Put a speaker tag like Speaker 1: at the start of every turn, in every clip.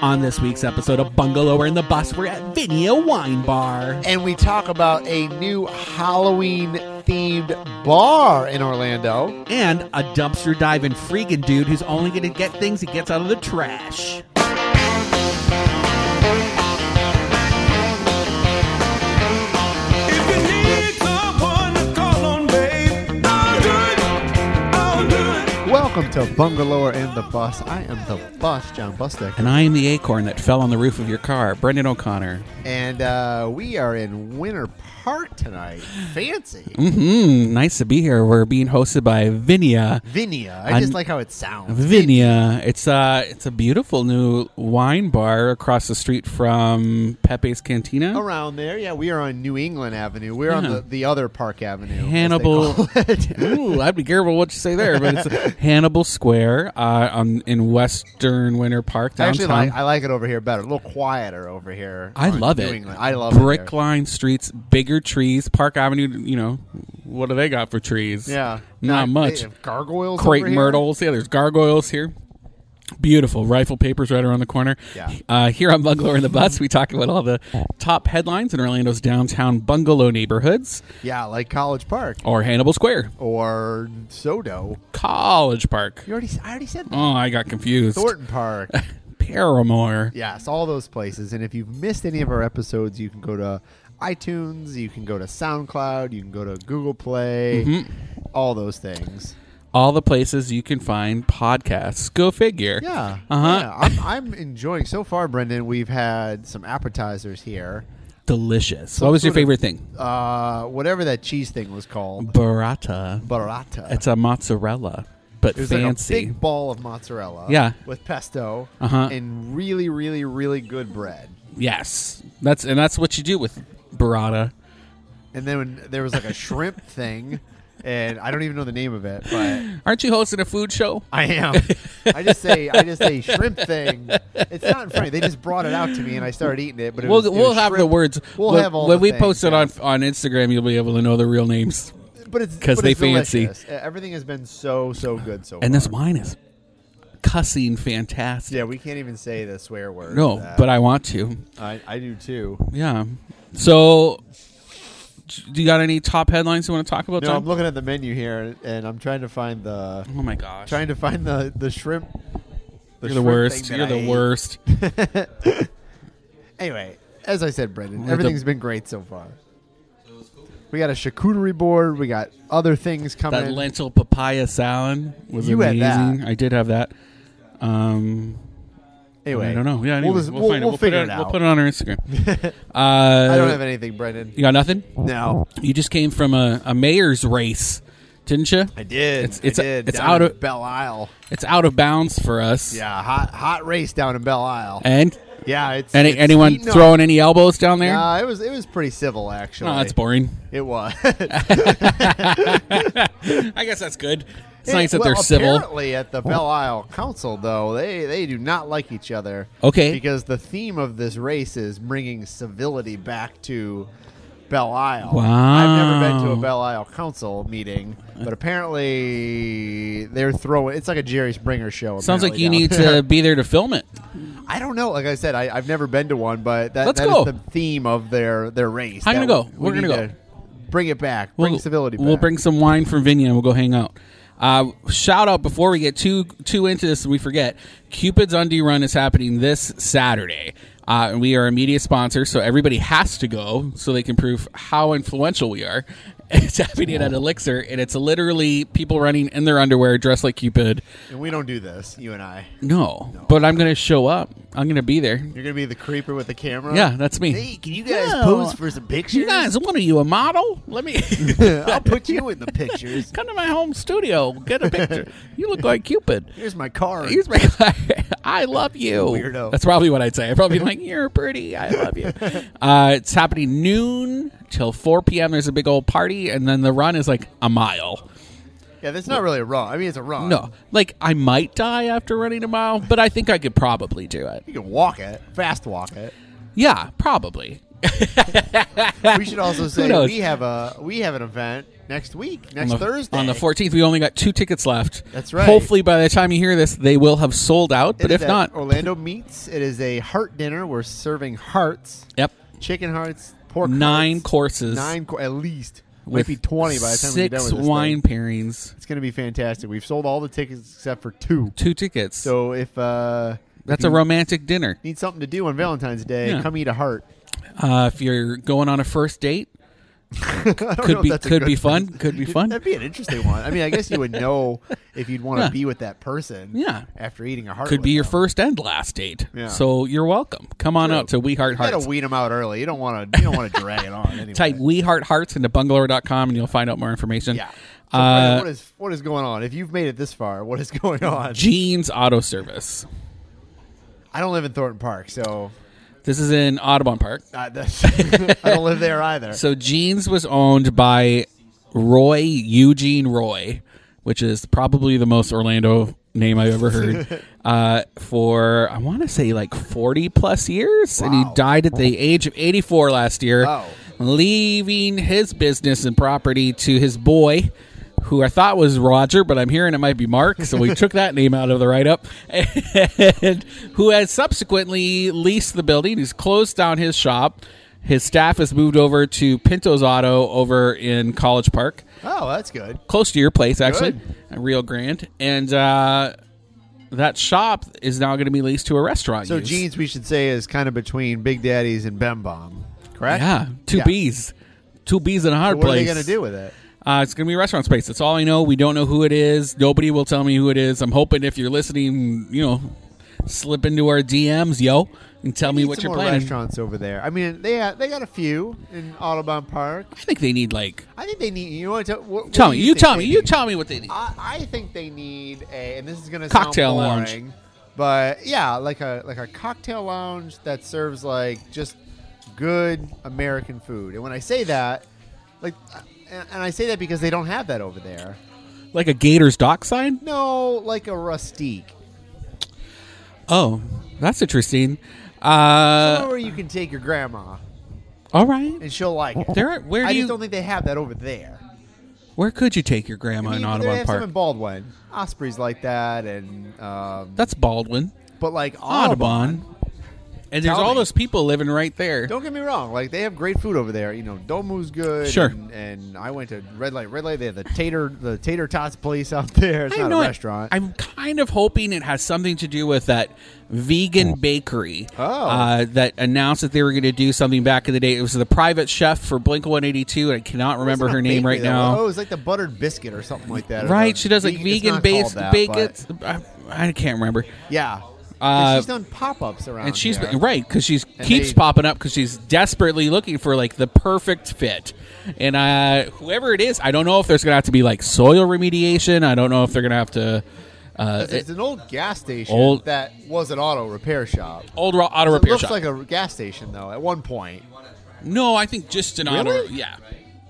Speaker 1: On this week's episode of Bungalower in the Bus, we're at Vinea Wine Bar.
Speaker 2: and we talk about a new Halloween themed bar in Orlando.
Speaker 1: And a dumpster diving freaking dude who's only going to get things he gets out of the trash.
Speaker 3: If you need someone to call on, babe, I'll do it. I'll do it.
Speaker 2: Welcome to Bungalower and the Bus. I am the bus, John Bustek.
Speaker 1: And I am the acorn that fell on the roof of your car, Brendan O'Connor.
Speaker 2: And uh, we are in Winter Park tonight. Fancy.
Speaker 1: Mm-hmm. Nice to be here. We're being hosted by Vinea.
Speaker 2: Vinia. I
Speaker 1: I'm-
Speaker 2: just like how it sounds.
Speaker 1: Vinea. It's uh it's a beautiful new wine bar across the street from Pepe's Cantina.
Speaker 2: Around there, yeah, we are on New England Avenue. We're on
Speaker 1: Yeah.
Speaker 2: the, the other Park Avenue. as they
Speaker 1: Hannibal.
Speaker 2: call it.
Speaker 1: Ooh, I'd be careful what you say there, but it's Hannibal Square uh, on, in Western Winter Park
Speaker 2: I actually
Speaker 1: downtown.
Speaker 2: like I like it over here better. A little quieter over here.
Speaker 1: I
Speaker 2: on
Speaker 1: love
Speaker 2: New
Speaker 1: it.
Speaker 2: England. I love it.
Speaker 1: brick
Speaker 2: there.
Speaker 1: lined streets, bigger trees, Park Avenue. You know, what do they got for trees?
Speaker 2: Yeah.
Speaker 1: not
Speaker 2: They
Speaker 1: much.
Speaker 2: have gargoyles.
Speaker 1: Crepe
Speaker 2: over here?
Speaker 1: myrtles. Yeah, there's gargoyles here. Beautiful. Rifle papers right around the corner.
Speaker 2: Yeah.
Speaker 1: Uh, here on Bungalow in the Bus, we talk about all the top headlines in Orlando's downtown bungalow neighborhoods
Speaker 2: Yeah, like College Park
Speaker 1: or Hannibal Square,
Speaker 2: or Sodo.
Speaker 1: College Park.
Speaker 2: You already, I already said that.
Speaker 1: Oh, I got confused.
Speaker 2: Thornton Park.
Speaker 1: Paramore.
Speaker 2: yes, all those places. And if you've missed any of our episodes, you can go to iTunes, you can go to SoundCloud, you can go to Google Play,
Speaker 1: Mm-hmm.
Speaker 2: all those things.
Speaker 1: All the places you can find podcasts. Go figure.
Speaker 2: Yeah.
Speaker 1: Uh-huh.
Speaker 2: Yeah, I'm, I'm enjoying so far, Brendan. We've had some appetizers here.
Speaker 1: Delicious. what was your
Speaker 2: sort of-
Speaker 1: favorite thing?
Speaker 2: Uh, whatever that cheese thing was called,
Speaker 1: Burrata.
Speaker 2: burrata.
Speaker 1: It's a mozzarella, but
Speaker 2: It was like a
Speaker 1: fancy.
Speaker 2: big ball of mozzarella.
Speaker 1: Yeah.
Speaker 2: With pesto
Speaker 1: Uh-huh.
Speaker 2: and really, really, really good bread.
Speaker 1: yes, that's and that's what you do with burrata.
Speaker 2: And then when there was like a shrimp thing, and I don't even know the name of it, but
Speaker 1: Aren't you hosting a food show?
Speaker 2: I am. I just say I just say shrimp thing. It's not in front. They just brought it out to me, and I started eating it. But it
Speaker 1: We'll,
Speaker 2: was, it
Speaker 1: we'll
Speaker 2: was
Speaker 1: have the
Speaker 2: shrimp.
Speaker 1: words.
Speaker 2: We'll
Speaker 1: when
Speaker 2: have all
Speaker 1: when
Speaker 2: the
Speaker 1: we
Speaker 2: things,
Speaker 1: post it
Speaker 2: yeah.
Speaker 1: on on Instagram. You'll be able to know the real names.
Speaker 2: but it's
Speaker 1: 'cause
Speaker 2: but
Speaker 1: they
Speaker 2: it's
Speaker 1: fancy.
Speaker 2: delicious. Uh, Everything has been so so good so.
Speaker 1: And this
Speaker 2: far.
Speaker 1: wine is cussing fantastic.
Speaker 2: Yeah, we can't even say the swear word. Uh,
Speaker 1: No, but I want to.
Speaker 2: I I do too.
Speaker 1: Yeah. So, do you got any top headlines you want to talk about?
Speaker 2: No,
Speaker 1: Tom?
Speaker 2: I'm looking at the menu here, and I'm trying to find the
Speaker 1: oh my gosh!
Speaker 2: trying to find the the shrimp.
Speaker 1: You're the
Speaker 2: shrimp
Speaker 1: worst.
Speaker 2: thing that
Speaker 1: You're
Speaker 2: I
Speaker 1: the
Speaker 2: ate.
Speaker 1: worst.
Speaker 2: Anyway, as I said, Brendan,
Speaker 1: the-
Speaker 2: everything's been great so far. We got a charcuterie board. We got other things coming.
Speaker 1: That lentil papaya salad was
Speaker 2: You had
Speaker 1: amazing.
Speaker 2: that.
Speaker 1: I did have that. Um,
Speaker 2: anyway,
Speaker 1: I don't know. Yeah, anyway,
Speaker 2: we'll,
Speaker 1: we'll,
Speaker 2: just- we'll-
Speaker 1: find it. We'll
Speaker 2: we'll
Speaker 1: put
Speaker 2: figure
Speaker 1: it.
Speaker 2: it out.
Speaker 1: We'll put it on our Instagram. uh,
Speaker 2: I don't have anything, Brendan.
Speaker 1: You got nothing?
Speaker 2: No,
Speaker 1: You just came from a, a mayor's race, didn't you?
Speaker 2: I did.
Speaker 1: It's- it's-
Speaker 2: I did.
Speaker 1: it's
Speaker 2: down
Speaker 1: out
Speaker 2: in
Speaker 1: of-
Speaker 2: Belle Isle.
Speaker 1: It's out of bounds for us.
Speaker 2: Yeah, hot hot race down in Belle Isle.
Speaker 1: And
Speaker 2: yeah, it's
Speaker 1: any
Speaker 2: it's uh,
Speaker 1: anyone
Speaker 2: heating up.
Speaker 1: throwing any elbows down there?
Speaker 2: Uh, it was it was pretty civil actually.
Speaker 1: no, that's boring.
Speaker 2: It was.
Speaker 1: I guess that's good. It's nice that
Speaker 2: Well,
Speaker 1: they're civil.
Speaker 2: Apparently, at the Belle Isle Council, though, they they do not like each other.
Speaker 1: Okay.
Speaker 2: Because the theme of this race is bringing civility back to Belle Isle. I've never been to a
Speaker 1: Wow.
Speaker 2: Belle Isle Council meeting, but apparently they're throwing. It's like a Jerry Springer show.
Speaker 1: Sounds like
Speaker 2: apparently,
Speaker 1: you
Speaker 2: down
Speaker 1: need
Speaker 2: there.
Speaker 1: to be there to film it.
Speaker 2: I don't know. Like I said, I, I've never been to one, but that,
Speaker 1: Let's
Speaker 2: that is
Speaker 1: go.
Speaker 2: the theme of their their race.
Speaker 1: I'm gonna
Speaker 2: that
Speaker 1: go.
Speaker 2: we
Speaker 1: We're gonna
Speaker 2: need
Speaker 1: go.
Speaker 2: to Bring it back. Bring civility. Back.
Speaker 1: We'll bring some wine from Vinya and we'll go hang out. Uh, shout out before we get too too into this and we forget, Cupid's Undie Run is happening this Saturday. Uh, and we are a media sponsor, so everybody has to go so they can prove how influential we are. It's happening at Elixir, and it's literally people running in their underwear dressed like Cupid.
Speaker 2: And we don't do this. You and I.
Speaker 1: No, but I'm going to show up. I'm going to be there.
Speaker 2: You're gonna be the creeper with the camera.
Speaker 1: Yeah, that's me.
Speaker 2: Hey, can you guys
Speaker 1: No.
Speaker 2: pose for some pictures?
Speaker 1: You guys, what are you, a model? Let me
Speaker 2: I'll put you in the pictures.
Speaker 1: come to my home studio, get a picture. You look like Cupid.
Speaker 2: Here's my card.
Speaker 1: Here's my I love you.
Speaker 2: Weirdo.
Speaker 1: That's probably what I'd say. I'd probably be like, You're pretty. I love you. Uh, it's happening noon till 4 p.m. There's a big old party, and then the run is like a mile.
Speaker 2: yeah, that's not really a wrong. I mean, it's a wrong.
Speaker 1: No, like I might die after running a mile, but I think I could probably do it.
Speaker 2: you can walk it, fast walk it.
Speaker 1: Yeah, probably.
Speaker 2: we should also say
Speaker 1: knows?
Speaker 2: we have a we have an event next week, next
Speaker 1: on the,
Speaker 2: Thursday
Speaker 1: on the 14th. We only got two tickets left.
Speaker 2: That's right.
Speaker 1: Hopefully, by the time you hear this, they will have sold out.
Speaker 2: It
Speaker 1: But
Speaker 2: is
Speaker 1: if
Speaker 2: at
Speaker 1: not,
Speaker 2: Orlando meets. It is a heart dinner. We're serving hearts,
Speaker 1: yep,
Speaker 2: chicken hearts, pork.
Speaker 1: nine
Speaker 2: hearts,
Speaker 1: courses,
Speaker 2: nine co- at least. Might
Speaker 1: with
Speaker 2: be twenty by the time
Speaker 1: six
Speaker 2: we get done with this thing.
Speaker 1: wine pairings,
Speaker 2: It's going to be fantastic. We've sold all the tickets except for two.
Speaker 1: two tickets.
Speaker 2: So if uh,
Speaker 1: that's a romantic dinner.
Speaker 2: need something to do on Valentine's Day,
Speaker 1: Yeah.
Speaker 2: come eat a heart.
Speaker 1: Uh, if you're going on a first date,
Speaker 2: I don't know
Speaker 1: could
Speaker 2: if
Speaker 1: be
Speaker 2: that's a
Speaker 1: could
Speaker 2: good
Speaker 1: be fun.
Speaker 2: thing.
Speaker 1: Could be fun.
Speaker 2: That'd be an interesting one. I mean, I guess you would know if you'd want to
Speaker 1: Yeah.
Speaker 2: be with that person.
Speaker 1: Yeah.
Speaker 2: After eating a heart.
Speaker 1: Could
Speaker 2: with
Speaker 1: be your
Speaker 2: them.
Speaker 1: first and last date.
Speaker 2: Yeah.
Speaker 1: So you're welcome. Come on out to We Heart
Speaker 2: You gotta
Speaker 1: Hearts.
Speaker 2: weed them out early. You don't want to. You don't want to drag it on. Anyway.
Speaker 1: Type We Heart Hearts into bungalow.com and you'll find out more information.
Speaker 2: Yeah. So,
Speaker 1: Uh,
Speaker 2: what is what is going on? If you've made it this far, what is going on?
Speaker 1: Jeans Auto Service.
Speaker 2: I don't live in Thornton Park, so
Speaker 1: This is in Audubon Park.
Speaker 2: uh, that's, I don't live there either.
Speaker 1: So Jeans was owned by Roy Eugene Roy, which is probably the most Orlando name I've ever heard. uh, for I want to say like forty plus years, and he
Speaker 2: Wow.
Speaker 1: died at the age of eighty four last year,
Speaker 2: Wow.
Speaker 1: leaving his business and property to his boy. Who I thought was Roger, but I'm hearing it might be Mark, so we took that name out of the write up. And who has subsequently leased the building? He's closed down his shop. His staff has moved over to Pinto's Auto over in College Park,
Speaker 2: oh, that's good.
Speaker 1: close to your place, actually,
Speaker 2: Good.
Speaker 1: Rio Grande. And uh, that shop is now going to be leased to a restaurant.
Speaker 2: So
Speaker 1: use.
Speaker 2: jeans, we should say, is kind of between Big Daddy's and Ben Bomb, correct?
Speaker 1: Yeah, two
Speaker 2: Yeah.
Speaker 1: B's. Two B's in a hard
Speaker 2: What are
Speaker 1: place.
Speaker 2: they gonna do with it?
Speaker 1: Uh, it's going to be restaurant space. That's all I know. We don't know who it is. Nobody will tell me who it is. I'm hoping if you're listening, you know, slip into our DMs, yo, and tell me
Speaker 2: Need
Speaker 1: what
Speaker 2: some
Speaker 1: you're
Speaker 2: more
Speaker 1: planning.
Speaker 2: restaurants over there. I mean, they ha- they got a few in Audubon Park.
Speaker 1: I think they need like
Speaker 2: I think they need. You want to what,
Speaker 1: tell
Speaker 2: what
Speaker 1: me.
Speaker 2: do
Speaker 1: You
Speaker 2: think
Speaker 1: tell
Speaker 2: they
Speaker 1: me. You
Speaker 2: need?
Speaker 1: tell me what they need.
Speaker 2: I, I think they need a, and this is gonna
Speaker 1: Cocktail
Speaker 2: sound
Speaker 1: lounge.
Speaker 2: boring, but yeah, like a like a cocktail lounge that serves like just good American food. And when I say that, like, uh, and, and I say that because they don't have that over there.
Speaker 1: Like a Gators dock sign?
Speaker 2: No, like a rustique.
Speaker 1: Oh, that's interesting. Uh,
Speaker 2: Somewhere where you can take your grandma
Speaker 1: all right.
Speaker 2: and she'll like it.
Speaker 1: There, are- where
Speaker 2: I
Speaker 1: do
Speaker 2: just
Speaker 1: you?
Speaker 2: don't think they have that over there.
Speaker 1: Where could you take your grandma
Speaker 2: I
Speaker 1: in
Speaker 2: mean, they have
Speaker 1: Audubon
Speaker 2: some
Speaker 1: Park?
Speaker 2: in Baldwin. Ospreys like that, and um,
Speaker 1: That's Baldwin,
Speaker 2: but like Audubon.
Speaker 1: Audubon, and there's
Speaker 2: Tell
Speaker 1: all
Speaker 2: me.
Speaker 1: those people living right there.
Speaker 2: Don't get me wrong. Like they have great food over there. You know, Domu's good.
Speaker 1: Sure.
Speaker 2: And, and I went to Red Light. Red Light. They have the tater, the tater tots place out there. It's
Speaker 1: I
Speaker 2: not
Speaker 1: know
Speaker 2: a
Speaker 1: it-
Speaker 2: restaurant.
Speaker 1: I'm kind of hoping it has something to do with that vegan bakery
Speaker 2: Oh.
Speaker 1: uh, that announced that they were going to do something back in the day. It was the private chef for Blink 182, and I cannot
Speaker 2: It's
Speaker 1: remember
Speaker 2: not
Speaker 1: her
Speaker 2: a
Speaker 1: name
Speaker 2: bakery,
Speaker 1: right
Speaker 2: though.
Speaker 1: now.
Speaker 2: Oh, it's like the buttered biscuit or something like that. or
Speaker 1: Right,
Speaker 2: the
Speaker 1: she does like
Speaker 2: it's
Speaker 1: vegan
Speaker 2: not called
Speaker 1: based
Speaker 2: that,
Speaker 1: baked.
Speaker 2: but-
Speaker 1: I, I can't remember,
Speaker 2: Yeah. 'Cause
Speaker 1: Uh,
Speaker 2: she's done pop ups around.
Speaker 1: and she's
Speaker 2: there.
Speaker 1: been- right because she's keeps
Speaker 2: Oh, they-
Speaker 1: popping up because she's desperately looking for like the perfect fit, and uh, whoever it is, I don't know if there's going to have to be like soil remediation. I don't know if they're going to have to. Uh,
Speaker 2: It's an old gas station
Speaker 1: Old-
Speaker 2: that was an auto repair shop.
Speaker 1: old ro- auto
Speaker 2: So
Speaker 1: repair
Speaker 2: it looks
Speaker 1: shop.
Speaker 2: like a gas station though. At one point,
Speaker 1: No, I think just an auto.
Speaker 2: Really?
Speaker 1: Yeah,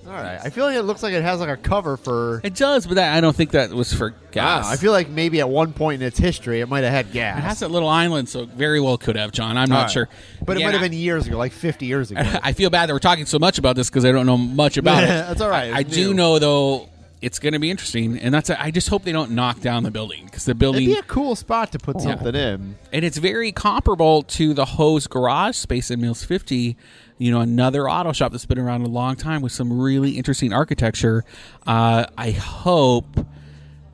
Speaker 2: all right. I feel like it looks like it has like a cover for. uh,
Speaker 1: it does, but that, I don't think that was for gas.
Speaker 2: I feel like maybe at one point in its history, it might have had gas.
Speaker 1: it has that little island, so very well could have John. I'm not
Speaker 2: All right.
Speaker 1: sure,
Speaker 2: But it
Speaker 1: Again,
Speaker 2: might have
Speaker 1: I-
Speaker 2: been years ago, like 50 years ago.
Speaker 1: I feel bad that we're talking so much about this because I don't know much about it.
Speaker 2: That's all right.
Speaker 1: I, I
Speaker 2: It's
Speaker 1: do
Speaker 2: new.
Speaker 1: know though it's going to be interesting, and that's. I just hope they don't knock down the building because the
Speaker 2: It'd
Speaker 1: building
Speaker 2: be a cool spot to put something in.
Speaker 1: and it's very comparable to the Hose Garage space in Mills 50. You know, another auto shop that's been around a long time with some really interesting architecture. Uh, I hope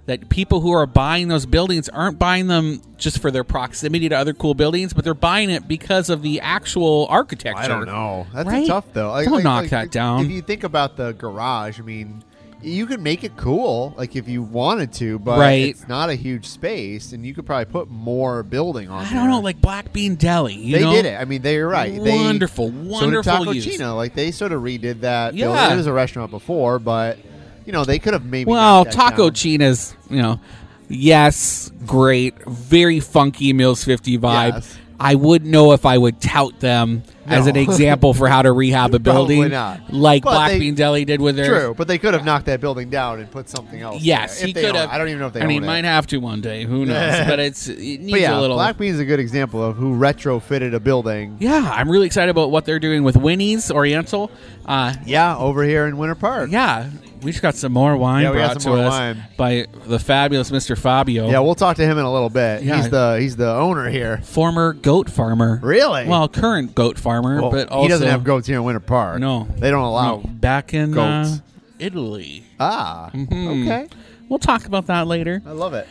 Speaker 1: that people who are buying those buildings aren't buying them just for their proximity to other cool buildings, but they're buying it because of the actual architecture.
Speaker 2: know. That's
Speaker 1: Right?
Speaker 2: a tough though. Like,
Speaker 1: Don't
Speaker 2: like-
Speaker 1: knock
Speaker 2: like,
Speaker 1: that down.
Speaker 2: If you think about the garage, I mean, you could make it cool, like if you wanted to, but
Speaker 1: Right.
Speaker 2: it's not a huge space, and you could probably put more building on.
Speaker 1: I don't know,
Speaker 2: there.
Speaker 1: like Black Bean Deli. You
Speaker 2: they
Speaker 1: know?
Speaker 2: did it. I mean, they're right. They,
Speaker 1: Wonderful, wonderful
Speaker 2: So did Taco
Speaker 1: use.
Speaker 2: Chino, like they sort of redid that.
Speaker 1: Yeah.
Speaker 2: building. it was a restaurant before, but you know they could have maybe.
Speaker 1: Well,
Speaker 2: knocked that
Speaker 1: Taco
Speaker 2: down.
Speaker 1: China's, you know, yes, great, very funky Mills 50 vibe.
Speaker 2: Yes.
Speaker 1: I wouldn't know if I would tout them as
Speaker 2: No.
Speaker 1: an example for how to rehab a
Speaker 2: Probably
Speaker 1: building,
Speaker 2: not.
Speaker 1: like
Speaker 2: But
Speaker 1: Black
Speaker 2: they-
Speaker 1: Bean Deli did with their
Speaker 2: True, but they could have knocked that building down and put something else.
Speaker 1: Yes,
Speaker 2: there,
Speaker 1: he
Speaker 2: if they
Speaker 1: could
Speaker 2: own it.
Speaker 1: have.
Speaker 2: I don't even know if they.
Speaker 1: I mean,
Speaker 2: own it.
Speaker 1: might have to one day. Who knows? but it's it needs
Speaker 2: But yeah,
Speaker 1: a little.
Speaker 2: Black Bean's a good example of who retrofitted a building.
Speaker 1: yeah, I'm really excited about what they're doing with Winnie's Oriental. Uh,
Speaker 2: Yeah, over here in Winter Park.
Speaker 1: yeah, we just got some more wine
Speaker 2: Yeah, we got
Speaker 1: brought
Speaker 2: some
Speaker 1: to
Speaker 2: more
Speaker 1: us
Speaker 2: wine.
Speaker 1: by the fabulous Mr. Fabio,
Speaker 2: Yeah, we'll talk to him in a little bit.
Speaker 1: Yeah.
Speaker 2: He's the he's the owner here.
Speaker 1: former goat farmer.
Speaker 2: Really?
Speaker 1: Well, current goat farmer,
Speaker 2: Well,
Speaker 1: but also
Speaker 2: he doesn't have goats here in Winter Park.
Speaker 1: No,
Speaker 2: they don't allow.
Speaker 1: No, back in
Speaker 2: goats.
Speaker 1: uh, Italy.
Speaker 2: Ah,
Speaker 1: Mm-hmm.
Speaker 2: okay.
Speaker 1: We'll talk about that later.
Speaker 2: I love it.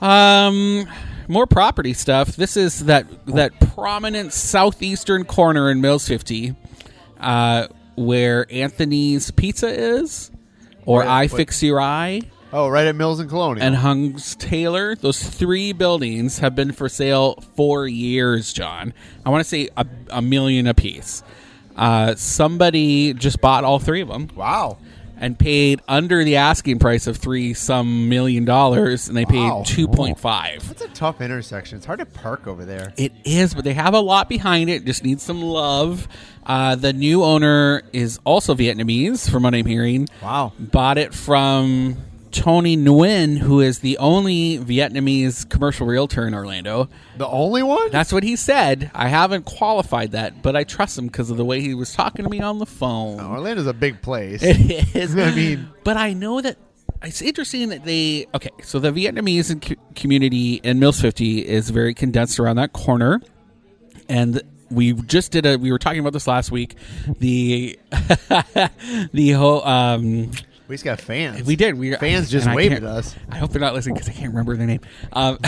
Speaker 1: Um, more property stuff. This is that that prominent southeastern corner in Mills Fifty, uh, where Anthony's Pizza is, or
Speaker 2: Right,
Speaker 1: I
Speaker 2: what-
Speaker 1: Fix Your Eye,
Speaker 2: Oh, right at Mills and Colonial.
Speaker 1: and Hung's Taylor. Those three buildings have been for sale for years, John. I want to say a, a million apiece. Uh, somebody just bought all three of them
Speaker 2: wow.
Speaker 1: and paid under the asking price of three some million dollars, and they
Speaker 2: Wow.
Speaker 1: paid two point five.
Speaker 2: That's a tough intersection. It's hard to park over there.
Speaker 1: It is, but they have a lot behind it. Just needs some love. Uh, the new owner is also Vietnamese, from what I'm hearing.
Speaker 2: Wow.
Speaker 1: Bought it from Tony Nguyen, who is the only Vietnamese commercial realtor in Orlando.
Speaker 2: The only one?
Speaker 1: That's what he said. I haven't qualified that, but I trust him because of the way he was talking to me on the phone.
Speaker 2: Orlando's a big place.
Speaker 1: It is.
Speaker 2: Oh. I mean-
Speaker 1: but I know that it's interesting that they okay. So the Vietnamese in- community in Mills Fifty is very condensed around that corner, and we just did a. We were talking about this last week. The the whole. Um,
Speaker 2: we just got fans.
Speaker 1: we did. We
Speaker 2: Fans just
Speaker 1: and I
Speaker 2: waved
Speaker 1: can't-
Speaker 2: at us.
Speaker 1: I hope they're not listening because I can't remember their name. Um,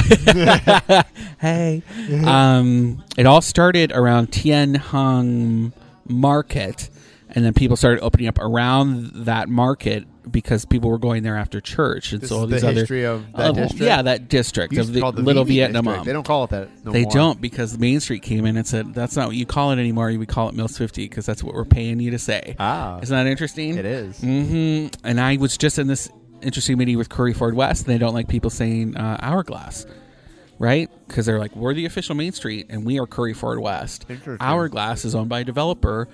Speaker 1: hey, um, it all started around Tien Hung Market, and then people started opening up around that market because people were going there after church, and
Speaker 2: This
Speaker 1: so all
Speaker 2: is the
Speaker 1: these other
Speaker 2: history of that district?
Speaker 1: Yeah, that district
Speaker 2: You
Speaker 1: of
Speaker 2: used to
Speaker 1: the
Speaker 2: call it
Speaker 1: Little
Speaker 2: Vivi
Speaker 1: Vietnam.
Speaker 2: district. They don't call it that. No
Speaker 1: They
Speaker 2: more.
Speaker 1: don't because Main Street came in and said that's not what you call it anymore. We call it Mills Fifty because that's what we're paying you to say.
Speaker 2: Ah.
Speaker 1: isn't that interesting?
Speaker 2: It is.
Speaker 1: hmm And I was just in this interesting meeting with Curry Ford West, and they don't like people saying uh, Hourglass, right? Because they're like, we're the official Main Street, and we are Curry Ford West.
Speaker 2: Interesting.
Speaker 1: Hourglass is owned by a developer.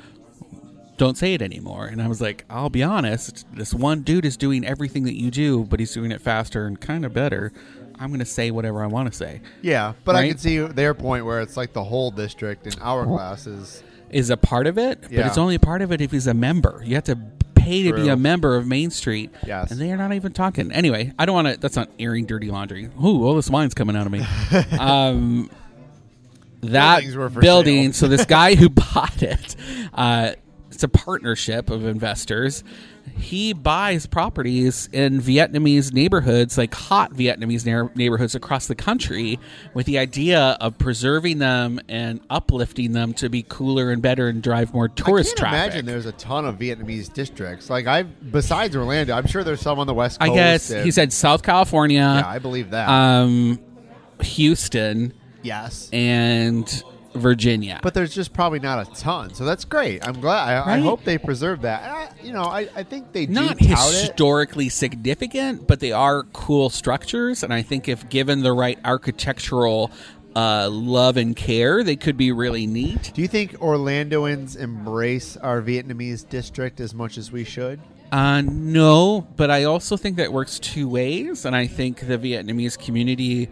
Speaker 1: Don't say it anymore. And I was like, I'll be honest, this one dude is doing everything that you do, but he's doing it faster and kind of better. I'm going to say whatever I want to say.
Speaker 2: Yeah, but I
Speaker 1: Right?
Speaker 2: can see their point where it's like the whole district and hourglass is.
Speaker 1: is a part of it, but
Speaker 2: Yeah.
Speaker 1: it's only a part of it if he's a member. You have to pay to be
Speaker 2: True.
Speaker 1: a member of Main Street.
Speaker 2: Yes.
Speaker 1: And they are not even talking. Anyway, I don't want to. That's not airing dirty laundry. Ooh, all this wine's coming out of me. um, that
Speaker 2: Buildings were for
Speaker 1: building. so
Speaker 2: sale.
Speaker 1: this guy who bought it, uh, it's a partnership of investors. He buys properties in Vietnamese neighborhoods, like hot Vietnamese neigh- neighborhoods across the country, with the idea of preserving them and uplifting them to be cooler and better and drive more tourist
Speaker 2: I can't
Speaker 1: traffic.
Speaker 2: imagine there's a ton of Vietnamese districts. Like I, besides Orlando, I'm sure there's some on the West
Speaker 1: I
Speaker 2: Coast.
Speaker 1: guess
Speaker 2: and-
Speaker 1: he said South California,
Speaker 2: Yeah, I believe that.
Speaker 1: um, Houston,
Speaker 2: yes,
Speaker 1: and Virginia.
Speaker 2: but there's just probably not a ton. So that's great. I'm glad. I, I
Speaker 1: Right?
Speaker 2: hope they preserve that. And I, you know, I, I think they
Speaker 1: not
Speaker 2: do tout it.
Speaker 1: historically significant, but they are cool structures, and I think if given the right architectural uh, love and care, they could be really neat.
Speaker 2: Do you think Orlandoans embrace our Vietnamese district as much as we should?
Speaker 1: Uh, no, but I also think that works two ways, and I think the Vietnamese community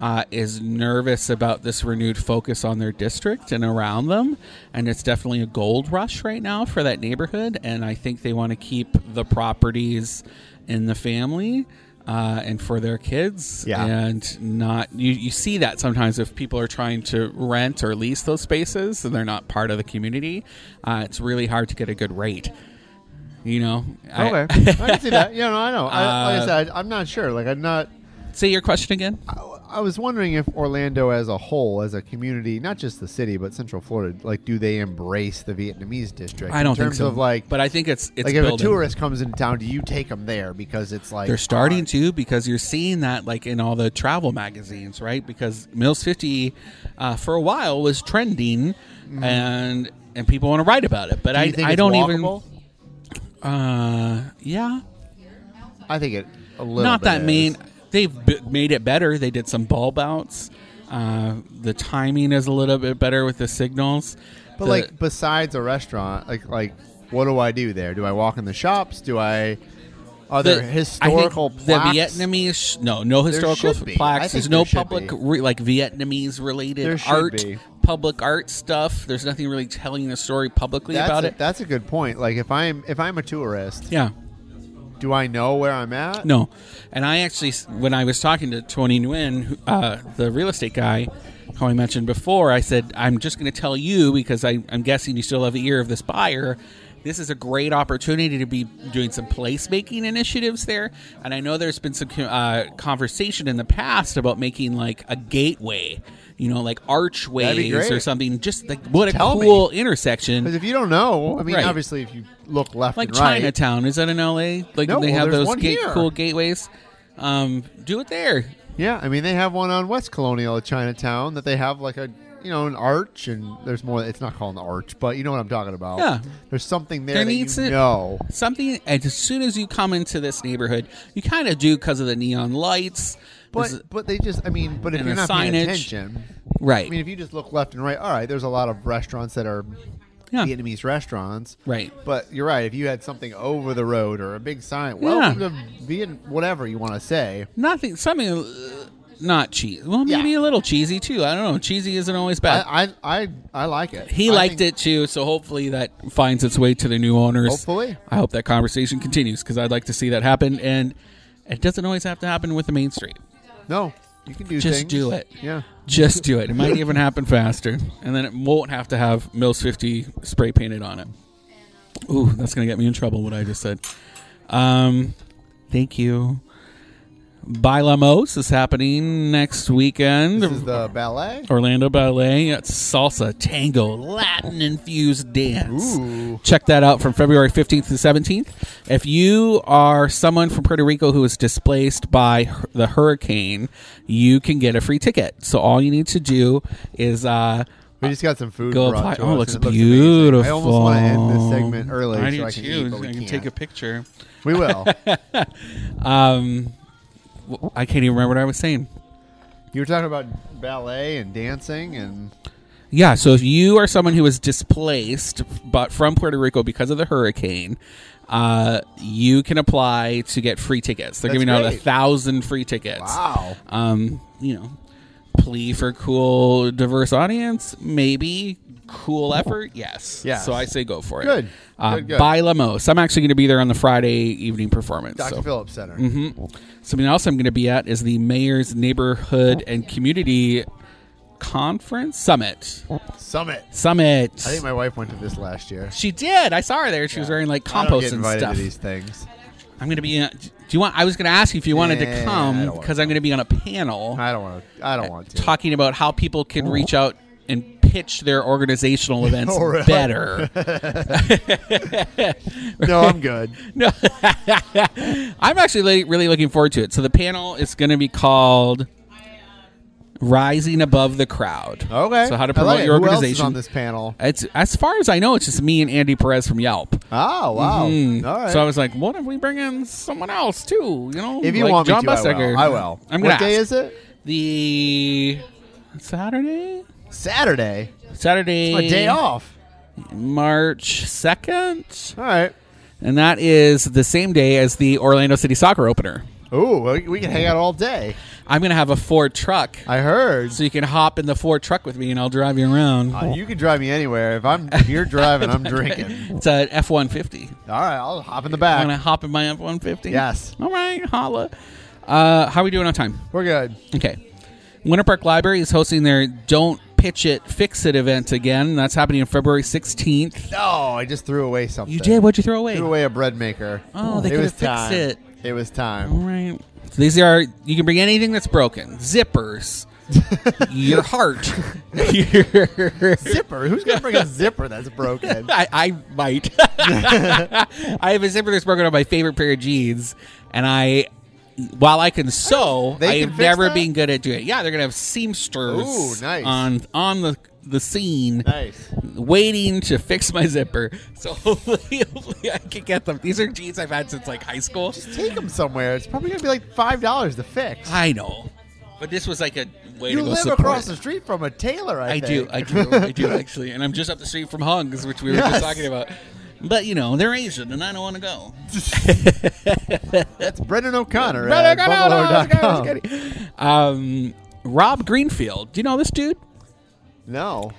Speaker 1: uh, is nervous about this renewed focus on their district and around them, and it's definitely a gold rush right now for that neighborhood, and I think they want to keep the properties in the family. Uh, and for their kids,
Speaker 2: Yeah.
Speaker 1: and not you, you see that sometimes if people are trying to rent or lease those spaces and they're not part of the community, uh, it's really hard to get a good rate. You know, I-
Speaker 2: Okay, I can see that. Yeah, no, I know. I, like I said, I, I'm not sure. Like I'm not.
Speaker 1: Say your question again.
Speaker 2: I was wondering if Orlando as a whole, as a community, not just the city, but Central Florida, like, do they embrace the Vietnamese district?
Speaker 1: I don't
Speaker 2: in
Speaker 1: think
Speaker 2: terms
Speaker 1: so.
Speaker 2: Of like,
Speaker 1: but I think it's it's
Speaker 2: like if
Speaker 1: building.
Speaker 2: a tourist comes into town, do you take them there because it's like
Speaker 1: They're starting
Speaker 2: uh,
Speaker 1: to because you're seeing that like in all the travel magazines, right? Because Mills Fifty uh, for a while was trending, and and people want to write about it. But
Speaker 2: Mm-hmm. do
Speaker 1: I
Speaker 2: you think
Speaker 1: I
Speaker 2: it's
Speaker 1: don't
Speaker 2: walkable?
Speaker 1: even. Uh, yeah,
Speaker 2: I think it a little.
Speaker 1: not
Speaker 2: bit
Speaker 1: that
Speaker 2: is.
Speaker 1: mean. They've b- made it better. They did some bulb outs. Uh, the timing is a little bit better with the signals.
Speaker 2: But
Speaker 1: The-
Speaker 2: like besides a restaurant, like like what do I do there? Do I walk in the shops? Do I are
Speaker 1: the-
Speaker 2: there
Speaker 1: I think
Speaker 2: historical plaques?
Speaker 1: the Vietnamese no no historical
Speaker 2: should be. I
Speaker 1: plaques
Speaker 2: think
Speaker 1: there's
Speaker 2: there
Speaker 1: no
Speaker 2: should
Speaker 1: public
Speaker 2: be.
Speaker 1: re, like Vietnamese related
Speaker 2: There should
Speaker 1: art
Speaker 2: be.
Speaker 1: public art stuff there's nothing really telling the story publicly
Speaker 2: That's
Speaker 1: about
Speaker 2: a,
Speaker 1: it
Speaker 2: That's a good point. Like if I'm if I'm a tourist,
Speaker 1: yeah
Speaker 2: do I know where I'm at?
Speaker 1: No, and I actually, when I was talking to Tony Nguyen, who- uh, the real estate guy who I mentioned before, I said I'm just going to tell you because I, I'm guessing you still have the ear of this buyer. This is a great opportunity to be doing some placemaking initiatives there, and I know there's been some uh, conversation in the past about making like a gateway, you know, like archways
Speaker 2: great.
Speaker 1: or something. Just like what a
Speaker 2: Tell me.
Speaker 1: cool intersection.
Speaker 2: Because if you don't know, I mean,
Speaker 1: Right.
Speaker 2: obviously, if you look left
Speaker 1: like
Speaker 2: and right,
Speaker 1: Chinatown. Is that in LA? Like
Speaker 2: No,
Speaker 1: they
Speaker 2: well,
Speaker 1: have
Speaker 2: there's
Speaker 1: those
Speaker 2: one
Speaker 1: gate,
Speaker 2: here.
Speaker 1: cool gateways. Um, do it there.
Speaker 2: yeah, I mean, they have one on West Colonial at Chinatown that they have like a you know an arch, and there's more. It's not called an arch, but you know what I'm talking about.
Speaker 1: Yeah.
Speaker 2: there's something there,
Speaker 1: There
Speaker 2: that
Speaker 1: needs
Speaker 2: you
Speaker 1: to-
Speaker 2: know.
Speaker 1: Something and as soon as you come into this neighborhood, you kind of do because of the neon lights.
Speaker 2: But
Speaker 1: This is-
Speaker 2: but they just I mean, but if
Speaker 1: and
Speaker 2: you're
Speaker 1: the
Speaker 2: not paying
Speaker 1: signage.
Speaker 2: attention,
Speaker 1: right,
Speaker 2: I mean, if you just look left and right, all right, there's a lot of restaurants that are
Speaker 1: yeah,
Speaker 2: Vietnamese restaurants,
Speaker 1: right.
Speaker 2: But you're right. If you had something over the road or a big sign, welcome to Viet, whatever you want to say.
Speaker 1: Nothing. Something. Uh, not cheesy. Well,
Speaker 2: Yeah.
Speaker 1: maybe a little cheesy too. I don't know. Cheesy isn't always bad.
Speaker 2: I I I, I like it.
Speaker 1: he
Speaker 2: I
Speaker 1: liked
Speaker 2: think-
Speaker 1: it too, so hopefully that finds its way to the new owners.
Speaker 2: Hopefully.
Speaker 1: I hope that conversation continues because I'd like to see that happen. And it doesn't always have to happen with the main street.
Speaker 2: No, you can do
Speaker 1: Just
Speaker 2: things.
Speaker 1: do it.
Speaker 2: Yeah.
Speaker 1: Just do it. It might even happen faster, and then it won't have to have Mills 50 spray painted on it. Ooh, that's gonna get me in trouble. What I just said. Um, thank you. Bailamos is happening next weekend.
Speaker 2: This is the ballet.
Speaker 1: Orlando Ballet. It's salsa, tango, Latin infused dance.
Speaker 2: Ooh.
Speaker 1: Check that out from February 15th to 17th. If you are someone from Puerto Rico who was displaced by hu- the hurricane, you can get a free ticket. So all you need to do is uh,
Speaker 2: We just got some food.
Speaker 1: Go
Speaker 2: brought
Speaker 1: apply-
Speaker 2: to
Speaker 1: oh, it
Speaker 2: us,
Speaker 1: looks
Speaker 2: and amazing. I almost want to end
Speaker 1: beautiful.
Speaker 2: this segment early
Speaker 1: I
Speaker 2: so
Speaker 1: do
Speaker 2: I can
Speaker 1: too.
Speaker 2: eat, but we
Speaker 1: I can
Speaker 2: can't.
Speaker 1: take a picture.
Speaker 2: We will.
Speaker 1: Um, w- I can't even remember what I was saying.
Speaker 2: you were talking about ballet and dancing, and
Speaker 1: Yeah, so if you are someone who was displaced but from Puerto Rico because of the hurricane, uh, you can apply to get free tickets. They're
Speaker 2: That's
Speaker 1: giving out a
Speaker 2: great.
Speaker 1: thousand free tickets.
Speaker 2: wow,
Speaker 1: Um, you know, plea for cool, diverse audience, maybe. Cool effort, yes.
Speaker 2: Yes.
Speaker 1: So I say go for it.
Speaker 2: Good.
Speaker 1: Uh,
Speaker 2: Good, good.
Speaker 1: By Lamos. I'm actually going to be there on the Friday evening performance.
Speaker 2: Dr.
Speaker 1: so. mm-hmm.
Speaker 2: Phillips Center.
Speaker 1: Something else I'm going to be at is the Mayor's Neighborhood and
Speaker 2: Oh.
Speaker 1: Community Conference Summit.
Speaker 2: Summit.
Speaker 1: Summit.
Speaker 2: I think my wife went to this last year.
Speaker 1: She did. I saw her there. She was wearing like
Speaker 2: I don't
Speaker 1: compost
Speaker 2: get
Speaker 1: and
Speaker 2: invited
Speaker 1: stuff.
Speaker 2: to these things.
Speaker 1: I'm gonna be. uh do you want? I was gonna ask you if you wanted
Speaker 2: Yeah,
Speaker 1: to
Speaker 2: I
Speaker 1: come
Speaker 2: don't wanna
Speaker 1: because I'm gonna be on a panel
Speaker 2: I don't want to. I don't want to.
Speaker 1: talking about how people can reach out and pitch their organizational events
Speaker 2: Oh, really?
Speaker 1: better.
Speaker 2: No, I'm good.
Speaker 1: No, I'm actually really, really looking forward to it. So the panel is going to be called "Rising Above the Crowd."
Speaker 2: Okay.
Speaker 1: So how to
Speaker 2: I
Speaker 1: promote
Speaker 2: like it.
Speaker 1: your
Speaker 2: Who else is
Speaker 1: organization?
Speaker 2: on this panel?
Speaker 1: It's as far as I know, it's just me and Andy Perez from Yelp.
Speaker 2: Oh wow!
Speaker 1: Mm.
Speaker 2: All right.
Speaker 1: So I was like, what if we bring in someone else too? You know,
Speaker 2: if you
Speaker 1: like
Speaker 2: want me
Speaker 1: John
Speaker 2: to, I
Speaker 1: Bustecker.
Speaker 2: will. I will.
Speaker 1: I'm gonna
Speaker 2: what day
Speaker 1: ask.
Speaker 2: is it?
Speaker 1: the Saturday?
Speaker 2: Saturday.
Speaker 1: Saturday,
Speaker 2: My day off.
Speaker 1: March second,
Speaker 2: All right.
Speaker 1: and that is the same day as the Orlando City Soccer opener.
Speaker 2: Ooh, we, we can hang out all day.
Speaker 1: I'm gonna have a Ford truck,
Speaker 2: I heard.
Speaker 1: so you can hop in the Ford truck with me, and I'll drive you around.
Speaker 2: Uh, you can drive me anywhere. If I'm if you're driving, I'm drinking.
Speaker 1: It's a F-150.
Speaker 2: All right, I'll hop in the
Speaker 1: I'm
Speaker 2: back.
Speaker 1: gonna hop in my F-150.
Speaker 2: Yes.
Speaker 1: All right, holla. Uh, how are we doing on time?
Speaker 2: We're good.
Speaker 1: Okay. Winter Park Library is hosting their Don't Pitch It, Fix It event again. That's happening on February 16th.
Speaker 2: No, Oh, I just threw away something.
Speaker 1: You did? What'd you throw away?
Speaker 2: Threw away a bread maker.
Speaker 1: Oh, they
Speaker 2: it
Speaker 1: could've
Speaker 2: was
Speaker 1: fixed
Speaker 2: time.
Speaker 1: it. Oh.
Speaker 2: It was
Speaker 1: All
Speaker 2: time.
Speaker 1: right. So these are, you can bring anything that's broken zippers, your heart. your-
Speaker 2: Zipper. Who's gonna bring a zipper that's broken?
Speaker 1: I, I might. I have a zipper that's broken on my favorite pair of jeans, and I. While I can sew,
Speaker 2: They
Speaker 1: I have
Speaker 2: can fix
Speaker 1: never
Speaker 2: that?
Speaker 1: been good at doing it. Yeah, they're gonna have seamsters
Speaker 2: Ooh, nice.
Speaker 1: on on the the scene.
Speaker 2: Nice.
Speaker 1: waiting to fix my zipper. So hopefully, hopefully I can get them. These are jeans I've had since like high school.
Speaker 2: Just take them somewhere. It's probably gonna be like five dollars to fix.
Speaker 1: I know. But this was like a way
Speaker 2: You
Speaker 1: to go
Speaker 2: live
Speaker 1: support.
Speaker 2: across the street from a tailor, I,
Speaker 1: I do,
Speaker 2: think.
Speaker 1: I do, I do actually, and I'm just up the street from Hung's, which we were
Speaker 2: Yes.
Speaker 1: just talking about. But you know they're Asian, and I don't want to go.
Speaker 2: That's Brendan O'Connor.
Speaker 1: Brother,
Speaker 2: at
Speaker 1: come out, I was kidding, I
Speaker 2: bungalow.com.
Speaker 1: was kidding. Um, Rob Greenfield, do you know this dude?
Speaker 2: No.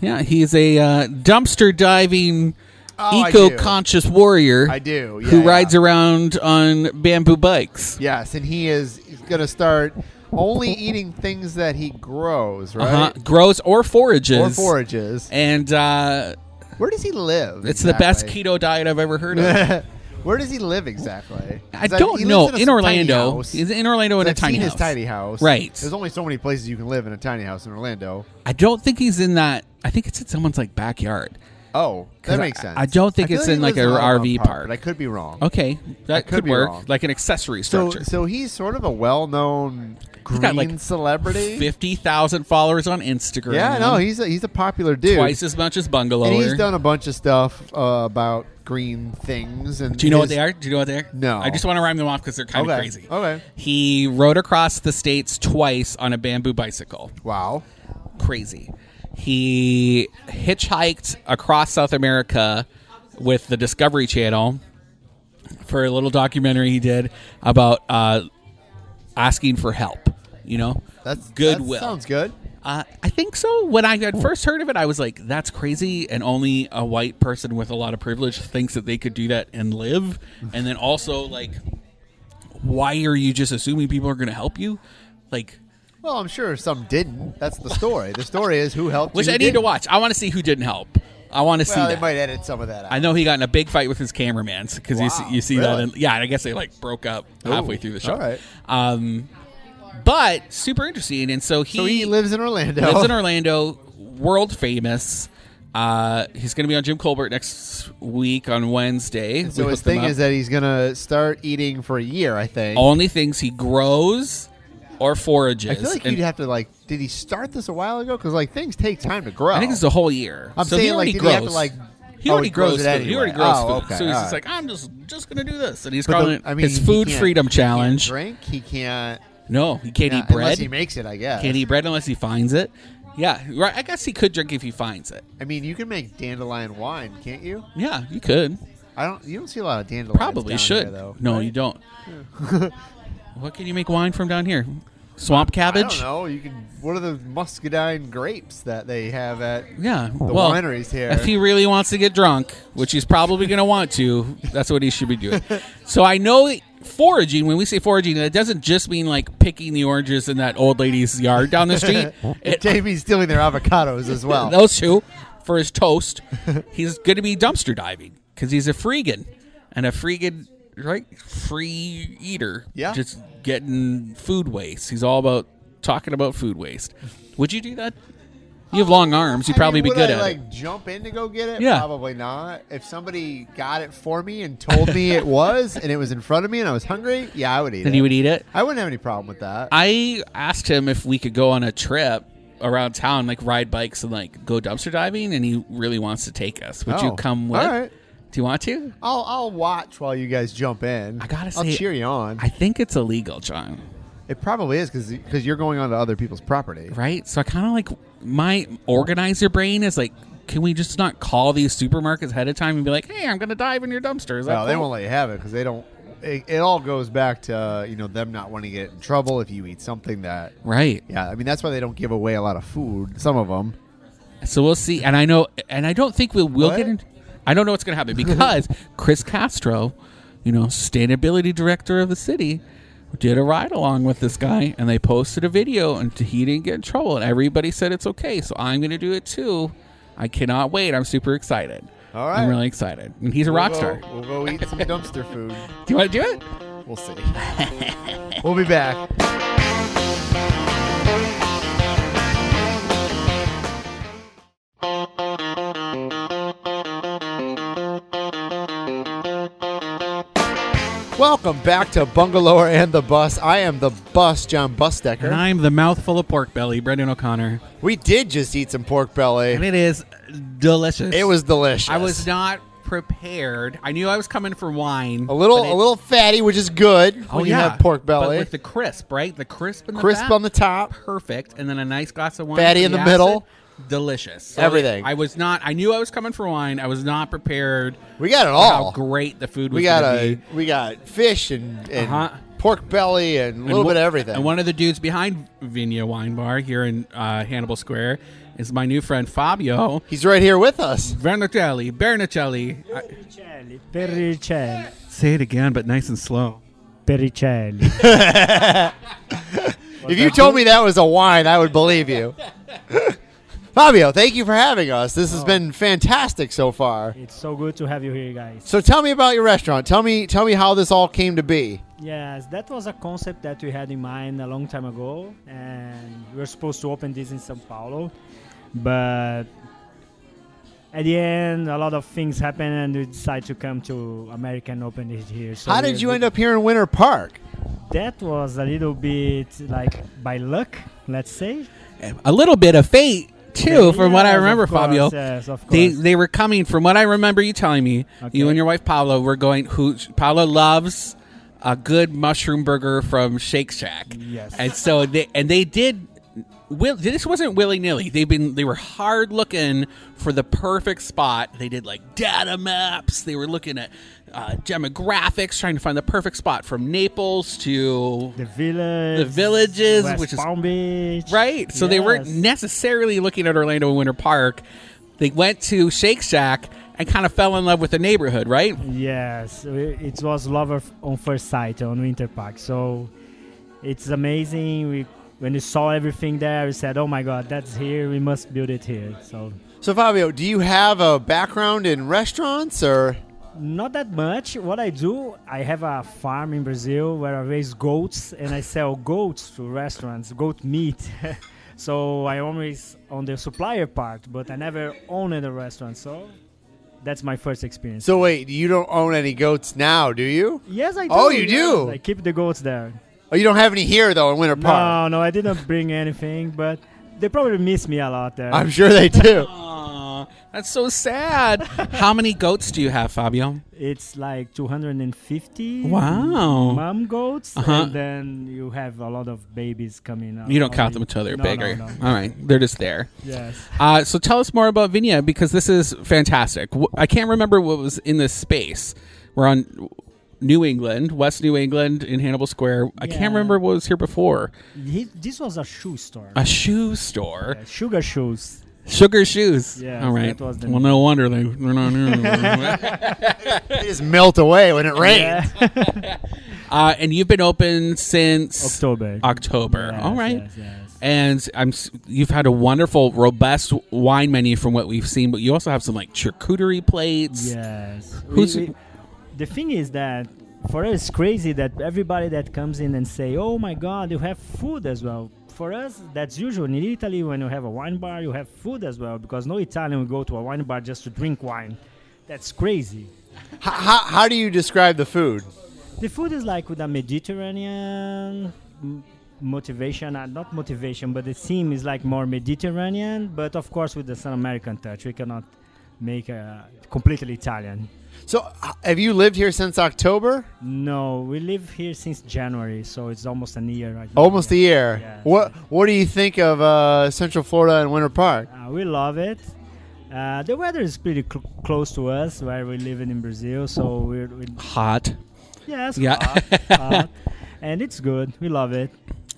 Speaker 1: Yeah, he's a uh, dumpster diving,
Speaker 2: Oh, I do.
Speaker 1: eco-conscious warrior.
Speaker 2: I do,
Speaker 1: who
Speaker 2: yeah,
Speaker 1: rides
Speaker 2: yeah.
Speaker 1: around on bamboo bikes.
Speaker 2: Yes, and he is going to start only eating things that he grows, right?
Speaker 1: Uh-huh. Grows or forages.
Speaker 2: Or forages.
Speaker 1: And uh,
Speaker 2: Where does he live?
Speaker 1: it's the best
Speaker 2: exactly?
Speaker 1: keto diet I've ever heard of.
Speaker 2: Where does he live exactly?
Speaker 1: I
Speaker 2: 'Cause
Speaker 1: don't
Speaker 2: he lives
Speaker 1: know.
Speaker 2: a
Speaker 1: In
Speaker 2: tiny
Speaker 1: Orlando,
Speaker 2: house.
Speaker 1: he's in Orlando in a
Speaker 2: I've
Speaker 1: tiny
Speaker 2: seen
Speaker 1: house.
Speaker 2: his tiny house.
Speaker 1: Right.
Speaker 2: There's only so many places you can live in a tiny house in Orlando.
Speaker 1: I don't think he's in that. I think it's in someone's like backyard.
Speaker 2: Oh,
Speaker 1: 'Cause
Speaker 2: that makes
Speaker 1: I-
Speaker 2: sense.
Speaker 1: I don't think
Speaker 2: feel
Speaker 1: it's
Speaker 2: he
Speaker 1: in, like,
Speaker 2: lives
Speaker 1: a
Speaker 2: Roundabout
Speaker 1: RV park. Oh,
Speaker 2: But I could be wrong.
Speaker 1: Okay, that
Speaker 2: could
Speaker 1: could
Speaker 2: be
Speaker 1: work,
Speaker 2: wrong.
Speaker 1: like an accessory
Speaker 2: So,
Speaker 1: structure.
Speaker 2: so he's sort of a well-known green
Speaker 1: got, like,
Speaker 2: celebrity.
Speaker 1: Fifty thousand followers on Instagram.
Speaker 2: yeah, no, he's a, he's a popular dude.
Speaker 1: twice as much as Bungalower.
Speaker 2: and he's done a bunch of stuff uh, about green things. And
Speaker 1: Do you know what
Speaker 2: his-
Speaker 1: they are? Do you know what they are?
Speaker 2: No.
Speaker 1: I just want to rhyme them off because they're kind of
Speaker 2: Okay.
Speaker 1: crazy.
Speaker 2: Okay.
Speaker 1: He rode across the states twice on a bamboo bicycle.
Speaker 2: Wow.
Speaker 1: Crazy. He hitchhiked across South America with the Discovery Channel for a little documentary he did about uh, asking for help. You know,
Speaker 2: That's
Speaker 1: goodwill.
Speaker 2: That sounds good.
Speaker 1: Uh, I think so. When I had first heard of it, I was like, "That's crazy!" And only a white person with a lot of privilege thinks that they could do that and live. And then also, like, why are you just assuming people are going to help you? Like,
Speaker 2: Well, I'm sure some didn't. That's the story. the story is who helped.
Speaker 1: which
Speaker 2: who
Speaker 1: I need to
Speaker 2: didn't.
Speaker 1: watch. I want to see who didn't help. I want to
Speaker 2: Well,
Speaker 1: see
Speaker 2: they
Speaker 1: that.
Speaker 2: might edit some of that out.
Speaker 1: I know he got in a big fight with his cameraman because you see,
Speaker 2: Wow,
Speaker 1: you see that.
Speaker 2: really?
Speaker 1: In, yeah, and I guess they like broke up halfway through the show.
Speaker 2: all right.
Speaker 1: Um, but super interesting. And so he
Speaker 2: So he lives in Orlando.
Speaker 1: lives in Orlando, world famous. Uh, he's going to be on Jim Colbert next week on Wednesday. We
Speaker 2: So his
Speaker 1: hooked him
Speaker 2: thing
Speaker 1: up.
Speaker 2: is that he's gonna start eating for a year. I think.
Speaker 1: only things he grows or forages.
Speaker 2: I feel like
Speaker 1: And
Speaker 2: you'd have to like. Did he start this a while ago? Because like things take time to grow.
Speaker 1: I think it's a whole year.
Speaker 2: I'm
Speaker 1: so he
Speaker 2: saying,
Speaker 1: already
Speaker 2: like, did he
Speaker 1: grows.
Speaker 2: have to, like-
Speaker 1: He
Speaker 2: Oh,
Speaker 1: already
Speaker 2: he grows
Speaker 1: grows
Speaker 2: it
Speaker 1: food. He already
Speaker 2: anyway.
Speaker 1: grows
Speaker 2: Oh,
Speaker 1: food.
Speaker 2: okay,
Speaker 1: so he's just
Speaker 2: alright.
Speaker 1: like, I'm just just going to do this, and he's
Speaker 2: But the-
Speaker 1: calling it
Speaker 2: I mean,
Speaker 1: his
Speaker 2: he
Speaker 1: food
Speaker 2: can't-
Speaker 1: freedom
Speaker 2: he can't
Speaker 1: challenge.
Speaker 2: drink. He can't.
Speaker 1: No, he can't
Speaker 2: yeah,
Speaker 1: eat
Speaker 2: Unless
Speaker 1: bread.
Speaker 2: he makes it, I guess.
Speaker 1: can't eat bread unless he finds it. Yeah, right. I guess he could drink if he finds it.
Speaker 2: I mean, you can make dandelion wine, can't you?
Speaker 1: Yeah, you could.
Speaker 2: I don't. You don't see a lot of dandelions.
Speaker 1: Probably
Speaker 2: down
Speaker 1: should.
Speaker 2: here, though.
Speaker 1: no,
Speaker 2: right?
Speaker 1: you don't. what can you make wine from down here? Swamp
Speaker 2: I
Speaker 1: cabbage?
Speaker 2: don't know. You can. What are the muscadine grapes that they have at?
Speaker 1: Yeah. well,
Speaker 2: wineries here.
Speaker 1: If he really wants to get drunk, which he's probably going to want to, that's what he should be doing. so I know foraging, when we say foraging, that doesn't just mean like picking the oranges in that old lady's yard down the street.
Speaker 2: Oh.
Speaker 1: It-
Speaker 2: Jamie's stealing their avocados as well.
Speaker 1: those two for his toast. He's going to be dumpster diving because he's a freegan and a freegan, right? Free eater.
Speaker 2: Yeah.
Speaker 1: Just getting food waste. He's all about talking about food waste. Would you do that? You have long arms. You'd
Speaker 2: Um, I mean,
Speaker 1: probably be
Speaker 2: would
Speaker 1: good
Speaker 2: I,
Speaker 1: at
Speaker 2: like
Speaker 1: it.
Speaker 2: jump in to go get it?
Speaker 1: Yeah.
Speaker 2: Probably not. If somebody got it for me and told me it was and it was in front of me and I was hungry, yeah, I would eat
Speaker 1: Then
Speaker 2: it.
Speaker 1: you would eat it.
Speaker 2: I wouldn't have any problem with that.
Speaker 1: I asked him if we could go on a trip around town, like ride bikes and like go dumpster diving, and he really wants to take us. Would you
Speaker 2: Oh,
Speaker 1: come with?
Speaker 2: all right.
Speaker 1: Do you want to?
Speaker 2: I'll I'll watch while you guys jump in.
Speaker 1: I gotta
Speaker 2: I'll
Speaker 1: say-
Speaker 2: cheer you on.
Speaker 1: I think it's illegal, John.
Speaker 2: it probably is because you're going onto other people's property.
Speaker 1: right? So I kind of like my organizer brain is like, can we just not call these supermarkets ahead of time and be like, hey, I'm going to dive in your dumpster? Is that
Speaker 2: Well, they
Speaker 1: cool?
Speaker 2: won't let you have it because they don't. It, it all goes back to uh, you know them not wanting to get in trouble if you eat something that.
Speaker 1: Right.
Speaker 2: Yeah, I mean that's why they don't give away a lot of food. Some of them.
Speaker 1: So we'll see. And I know, and I don't think we will
Speaker 2: What?
Speaker 1: get in. I don't know what's going to happen because Chris Castro, you know, sustainability director of the city, did a ride along with this guy and they posted a video and he didn't get in trouble and everybody said it's okay. So I'm going to do it too. I cannot wait. I'm super excited.
Speaker 2: All
Speaker 1: I'm
Speaker 2: right.
Speaker 1: really excited. And he's a rock star. Do
Speaker 2: We'll go eat some dumpster food.
Speaker 1: you want to do it?
Speaker 2: We'll see. we'll be back. Welcome back to Bungalower and the Bus. I am the bus, John Busdecker.
Speaker 1: And I'm the mouthful of pork belly, Brendan O'Connor.
Speaker 2: we did just eat some pork
Speaker 1: And
Speaker 2: belly.
Speaker 1: it is delicious.
Speaker 2: It was delicious.
Speaker 1: I was not prepared. I knew I was coming for wine.
Speaker 2: A little,
Speaker 1: but it-
Speaker 2: a little fatty, which is good
Speaker 1: Oh,
Speaker 2: when
Speaker 1: yeah.
Speaker 2: you have pork
Speaker 1: But
Speaker 2: belly.
Speaker 1: with the crisp, right? The crisp in the
Speaker 2: Crisp
Speaker 1: back,
Speaker 2: on the top.
Speaker 1: perfect, and then a nice glass of wine.
Speaker 2: Fatty
Speaker 1: for
Speaker 2: in the middle.
Speaker 1: acid, delicious. So
Speaker 2: Everything.
Speaker 1: I was not. I knew I was coming for wine. I was not prepared.
Speaker 2: We got it
Speaker 1: How
Speaker 2: all.
Speaker 1: great the food was.
Speaker 2: We got
Speaker 1: gonna
Speaker 2: a,
Speaker 1: be.
Speaker 2: we got fish and, and
Speaker 1: Uh-huh.
Speaker 2: pork belly and a
Speaker 1: And
Speaker 2: little
Speaker 1: one-
Speaker 2: bit of everything.
Speaker 1: And one of the dudes behind Vigna Wine Bar here in uh, Hannibal Square is my new friend Fabio
Speaker 2: He's right here with us.
Speaker 1: Vernicelli. Bernicelli. I-
Speaker 4: Pericelli, pericelli,
Speaker 1: say it again, but nice and slow.
Speaker 4: pericelli.
Speaker 2: if you told me that was a wine, I would believe you. Fabio, thank you for having us. This
Speaker 1: Oh.
Speaker 2: has been fantastic so far.
Speaker 4: It's so good to have you here, guys.
Speaker 2: So tell me about your restaurant. Tell me, tell me how this all came to be.
Speaker 4: Yes, that was a concept that we had in mind a long time ago, and we were supposed to open this in São Paulo, but at the end, a lot of things happened, and we decided to come to America and open it here. So
Speaker 2: How
Speaker 4: we're-
Speaker 2: did you end up here in Winter Park?
Speaker 4: That was a little bit like by luck, let's say.
Speaker 1: A little bit of fate too, from what I
Speaker 4: Yes, of
Speaker 1: remember,
Speaker 4: course,
Speaker 1: Fabio.
Speaker 4: Yes, of
Speaker 1: They,
Speaker 4: course.
Speaker 1: they were coming from what I remember you telling me.
Speaker 4: Okay.
Speaker 1: You and your wife Paula were going. Who Paula loves a good mushroom burger from Shake Shack.
Speaker 4: Yes.
Speaker 1: and so they and they did. Will, this wasn't willy nilly. They've been they were hard looking for the perfect spot. They did like data maps. They were looking at uh, demographics, trying to find the perfect spot from Naples to
Speaker 4: the village,
Speaker 1: the villages,
Speaker 4: West
Speaker 1: which is
Speaker 4: Palm Beach.
Speaker 1: Right. So they weren't
Speaker 4: Yes.
Speaker 1: necessarily looking at Orlando and Winter Park. They went to Shake Shack and kind of fell in love with the neighborhood, right?
Speaker 4: Yes, we- it was love of- on first sight on Winter Park. So it's amazing. We when we saw everything there, we said, "Oh my God, that's here! We must build it here." So
Speaker 2: So Fabio, do you have a background in restaurants or?
Speaker 4: not that much. What I do, I have a farm in Brazil where I raise goats and I sell goats to restaurants, goat meat. so I always on the supplier part, but I never owned a restaurant. So that's my first experience.
Speaker 2: So wait, you don't own any goats now, do you?
Speaker 4: yes, I do.
Speaker 2: Oh, you
Speaker 4: yes.
Speaker 2: do?
Speaker 4: I keep the goats there.
Speaker 2: Oh, you don't have any here though in Winter Park.
Speaker 4: No, no, I didn't bring anything, but they probably miss me a lot there.
Speaker 2: I'm sure they do.
Speaker 1: Aw, that's so sad. How many goats do you have, Fabio?
Speaker 4: it's like 250.
Speaker 1: Wow.
Speaker 4: Mom goats,
Speaker 1: Uh-huh.
Speaker 4: and then you have a lot of babies coming out.
Speaker 1: You don't
Speaker 4: of
Speaker 1: count
Speaker 4: the-
Speaker 1: them until they're
Speaker 4: no,
Speaker 1: bigger.
Speaker 4: No, no.
Speaker 1: All right. They're just there.
Speaker 4: Yes.
Speaker 1: Uh, so tell us more about Vigna because this is fantastic. W- I can't remember what was in this space. We're on New England, West New England in Hannibal Square. I
Speaker 4: Yeah.
Speaker 1: can't remember what was here before.
Speaker 4: He, this was a shoe store.
Speaker 1: A shoe store.
Speaker 4: Yeah, Sugar shoes.
Speaker 1: Sugar shoes.
Speaker 4: Yes,
Speaker 1: All right.
Speaker 4: that was the
Speaker 1: well, no wonder they, they're not here.
Speaker 2: They just melt away when it rains.
Speaker 4: Yeah.
Speaker 1: uh, and you've been open since
Speaker 4: October.
Speaker 1: October.
Speaker 4: Yes,
Speaker 1: All right.
Speaker 4: yes, yes.
Speaker 1: And I'm s- you've had a wonderful, robust wine menu from what we've seen, but you also have some like charcuterie plates.
Speaker 4: Yes. We-
Speaker 1: Who's-
Speaker 4: we- the thing is that for us, it's crazy that everybody that comes in and say, "Oh my God, you have food as well." For us, that's usual in Italy. When you have a wine bar, you have food as well because no Italian will go to a wine bar just to drink wine. That's crazy.
Speaker 2: H- how, how do you describe the food?
Speaker 4: The food is like with a Mediterranean m- motivation, uh, not motivation, but the theme is like more Mediterranean, but of course with the South American touch. We cannot make a completely Italian.
Speaker 2: So, h- have you lived here since October?
Speaker 4: No, we live here since January, so it's almost an year right now.
Speaker 2: Almost a year.
Speaker 4: Yeah.
Speaker 2: What What do you think of uh, Central Florida and Winter Park?
Speaker 4: Uh, we love it. Uh, the weather is pretty cl- close to us where we live in Brazil, so we're, we
Speaker 1: Hot.
Speaker 4: yes,
Speaker 1: Yeah.
Speaker 4: hot, hot. and it's good. We love it.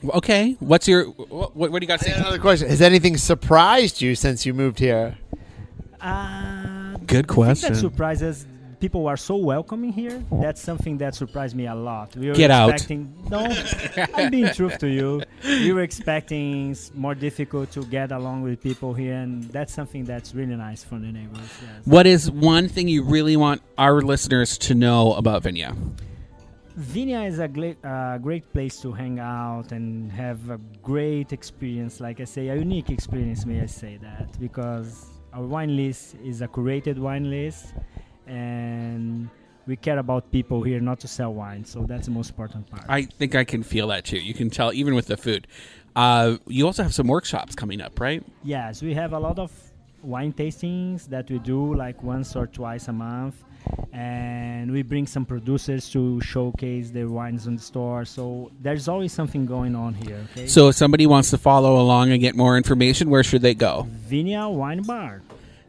Speaker 1: Okay. What's your what, what, what do you got to say?
Speaker 2: Another question: Has anything surprised you since you moved here?
Speaker 4: Uh,
Speaker 1: Good question.
Speaker 4: That surprises. People are so welcoming here. That's something that surprised me a lot. We were
Speaker 1: Get out.
Speaker 4: expecting, No, I'm being truth to you. We were expecting s- more difficult to get along with people here, and that's something that's really nice for the neighbors. Yes.
Speaker 1: What is one thing you really want our listeners to know about Vigna?
Speaker 4: Vinha is a gla- uh, great place to hang out and have a great experience. Like I say, a unique experience, may I say that, because our wine list is a curated wine list, and we care about people here not to sell wine. So that's the most important part.
Speaker 1: I think I can feel that too. You can tell even with the food. Uh, you also have some workshops coming up, right?
Speaker 4: yes, we have a lot of wine tastings that we do like once or twice a month, and we bring some producers to showcase their wines on the store. So there's always something going on here. Okay?
Speaker 1: So if somebody wants to follow along and get more information, where should they go?
Speaker 4: Vinha Wine Bar,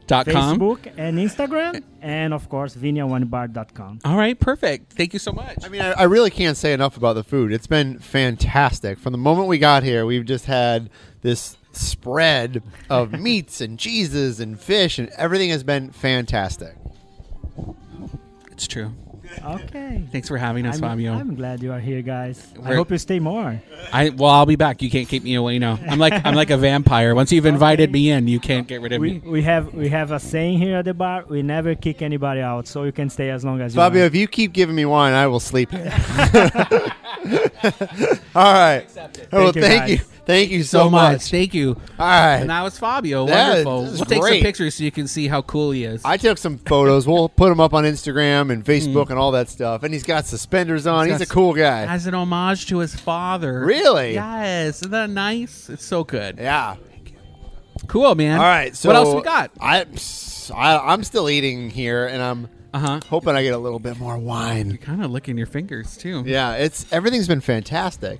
Speaker 1: Dot com.
Speaker 4: Facebook and Instagram, and of course vinhawinebar.com.
Speaker 1: All right, perfect. Thank you so much.
Speaker 2: I mean, I, I really can't say enough about the food. It's been fantastic. From the moment we got here, we've just had this spread of meats and cheeses and fish, and everything has been fantastic.
Speaker 1: It's true.
Speaker 4: Okay.
Speaker 1: Thanks for having us,
Speaker 4: I'm,
Speaker 1: Fabio.
Speaker 4: I'm glad you are here, guys. I
Speaker 1: We're-
Speaker 4: hope you stay more.
Speaker 1: I well, I'll be back. You can't keep me away now. I'm like I'm like a vampire. Once you've invited me in, you can't get rid of
Speaker 4: We,
Speaker 1: me.
Speaker 4: we have we have a saying here at the bar: we never kick anybody out, so you can stay as long as you
Speaker 2: Fabio,
Speaker 4: want.
Speaker 2: if you keep giving me wine, I will sleep here. All right. well,
Speaker 4: Thank you,
Speaker 2: thank you.
Speaker 4: guys.
Speaker 2: Thank you so much.
Speaker 1: Thank you.
Speaker 2: All right.
Speaker 1: And that was Fabio.
Speaker 2: Yeah,
Speaker 1: Wonderful.
Speaker 2: this is
Speaker 1: We'll take some
Speaker 2: great.
Speaker 1: pictures so you can see how cool he is.
Speaker 2: I took some photos. We'll put them up on Instagram
Speaker 1: Hmm.
Speaker 2: and Facebook and all that stuff. And he's got suspenders on.
Speaker 1: He's
Speaker 2: He's,
Speaker 1: got
Speaker 2: a cool guy.
Speaker 1: As an homage to his father.
Speaker 2: Really?
Speaker 1: Yes. Isn't that nice? It's so good.
Speaker 2: yeah.
Speaker 1: Cool, man.
Speaker 2: All right. So
Speaker 1: what else we got?
Speaker 2: I, pss, I am still eating here, and I'm
Speaker 1: Uh huh.
Speaker 2: hoping I get a little bit more wine.
Speaker 1: You're kind of licking your fingers too.
Speaker 2: Yeah. It's everything's been fantastic.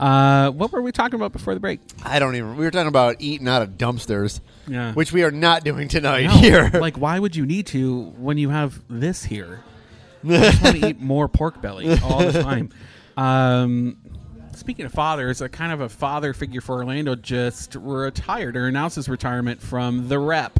Speaker 1: Uh, what were we talking about before the break?
Speaker 2: I don't even. We were talking about eating out of dumpsters,
Speaker 1: Yeah.
Speaker 2: which we are not doing tonight here.
Speaker 1: Like, why would you need to when you have this here? I just want to eat more pork belly all the time. Um, speaking of fathers, a kind of a father figure for Orlando just retired or announced his retirement from the rep.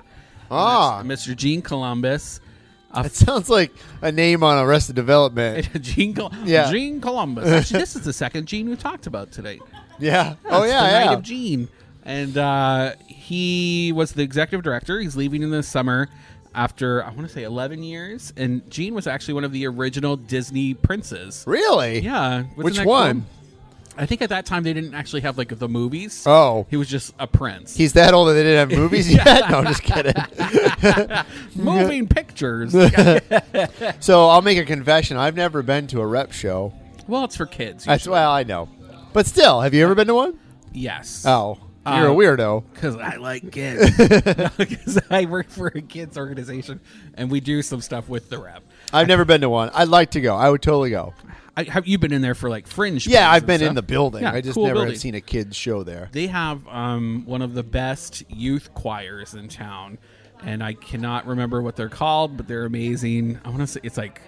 Speaker 2: Ah.
Speaker 1: Mr. Gene Columbus. A
Speaker 2: It sounds like a name on Arrested Development.
Speaker 1: Gene, Col-
Speaker 2: Yeah.
Speaker 1: Gene Columbus. Actually, this is the second Gene we talked about today.
Speaker 2: Yeah. oh
Speaker 1: It's
Speaker 2: yeah.
Speaker 1: the
Speaker 2: yeah.
Speaker 1: Night of Gene, and uh, he was the executive director. He's leaving in the summer after I want to say eleven years. And Gene was actually one of the original Disney princes.
Speaker 2: Really?
Speaker 1: Yeah, wasn't
Speaker 2: Which
Speaker 1: that cool?
Speaker 2: one?
Speaker 1: I think at that time they didn't actually have like the movies.
Speaker 2: Oh.
Speaker 1: he was just a prince.
Speaker 2: He's that old that they didn't have movies yet? No, I'm just kidding.
Speaker 1: Moving pictures.
Speaker 2: So I'll make a confession. I've never been to a rep show.
Speaker 1: well, it's for kids.
Speaker 2: That's well, I know. But still, have you ever been to one?
Speaker 1: yes.
Speaker 2: Oh, you're
Speaker 1: Uh,
Speaker 2: a weirdo.
Speaker 1: Because I like kids. Because I work for a kids organization, and we do some stuff with the rep.
Speaker 2: I've never been to one. I'd like to go. I would totally go.
Speaker 1: I, have you been in there for like fringe?
Speaker 2: Yeah,
Speaker 1: plays
Speaker 2: I've
Speaker 1: and
Speaker 2: been in
Speaker 1: stuff?
Speaker 2: the building.
Speaker 1: Yeah,
Speaker 2: I just
Speaker 1: cool
Speaker 2: never
Speaker 1: building.
Speaker 2: have seen a kids show there.
Speaker 1: They have um, one of the best youth choirs in town, and I cannot remember what they're called, but they're amazing. I want to say it's like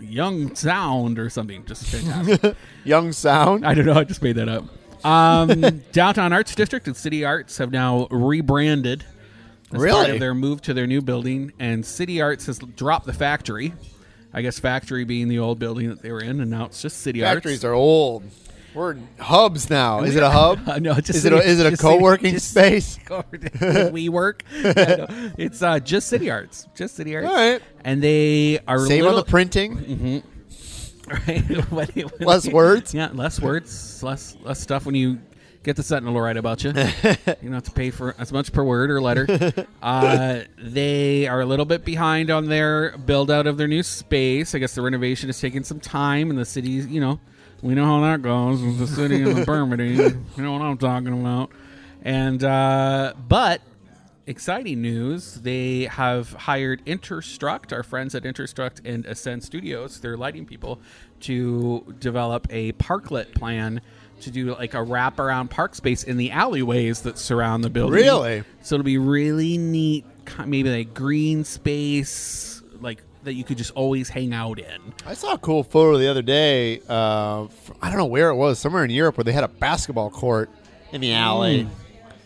Speaker 1: Young Sound or something. Just fantastic.
Speaker 2: Young Sound.
Speaker 1: I don't know. I just made that up. Um, Downtown Arts District and City Arts have now rebranded. As Part
Speaker 2: Really?
Speaker 1: of their move to their new building, and City Arts has dropped the factory. I guess factory being the old building that they were in, and now it's just City Arts.
Speaker 2: Factories are old. We're hubs now. Is it a hub?
Speaker 1: no, just
Speaker 2: is it a,
Speaker 1: city-
Speaker 2: is it a
Speaker 1: just city-
Speaker 2: co-working
Speaker 1: just-
Speaker 2: space?
Speaker 1: we work. Yeah, no, it's uh, just City Arts, just City Arts,
Speaker 2: All right.
Speaker 1: and they are
Speaker 2: Save on
Speaker 1: little,
Speaker 2: the printing.
Speaker 1: right? When they- when
Speaker 2: Less
Speaker 1: they-
Speaker 2: words?
Speaker 1: yeah, less words, less less stuff when you. Get the Sentinel to write about you. you don't have to pay for as much per word or letter. Uh, they are a little bit behind on their build out of their new space. I guess the renovation is taking some time, and the city's, you know, we know how that goes with the city and the permitting. You know what I'm talking about. And uh, but exciting news they have hired interstruct our friends at interstruct and ascend studios their lighting people to develop a parklet plan to do like a wraparound park space in the alleyways that surround the building
Speaker 2: Really?
Speaker 1: so it'll be really neat ki- maybe like green space like that you could just always hang out in
Speaker 2: I saw a cool photo the other day. Uh, fr- I don't know where it was, somewhere in Europe, where they had a basketball court in the alley.
Speaker 1: Hmm.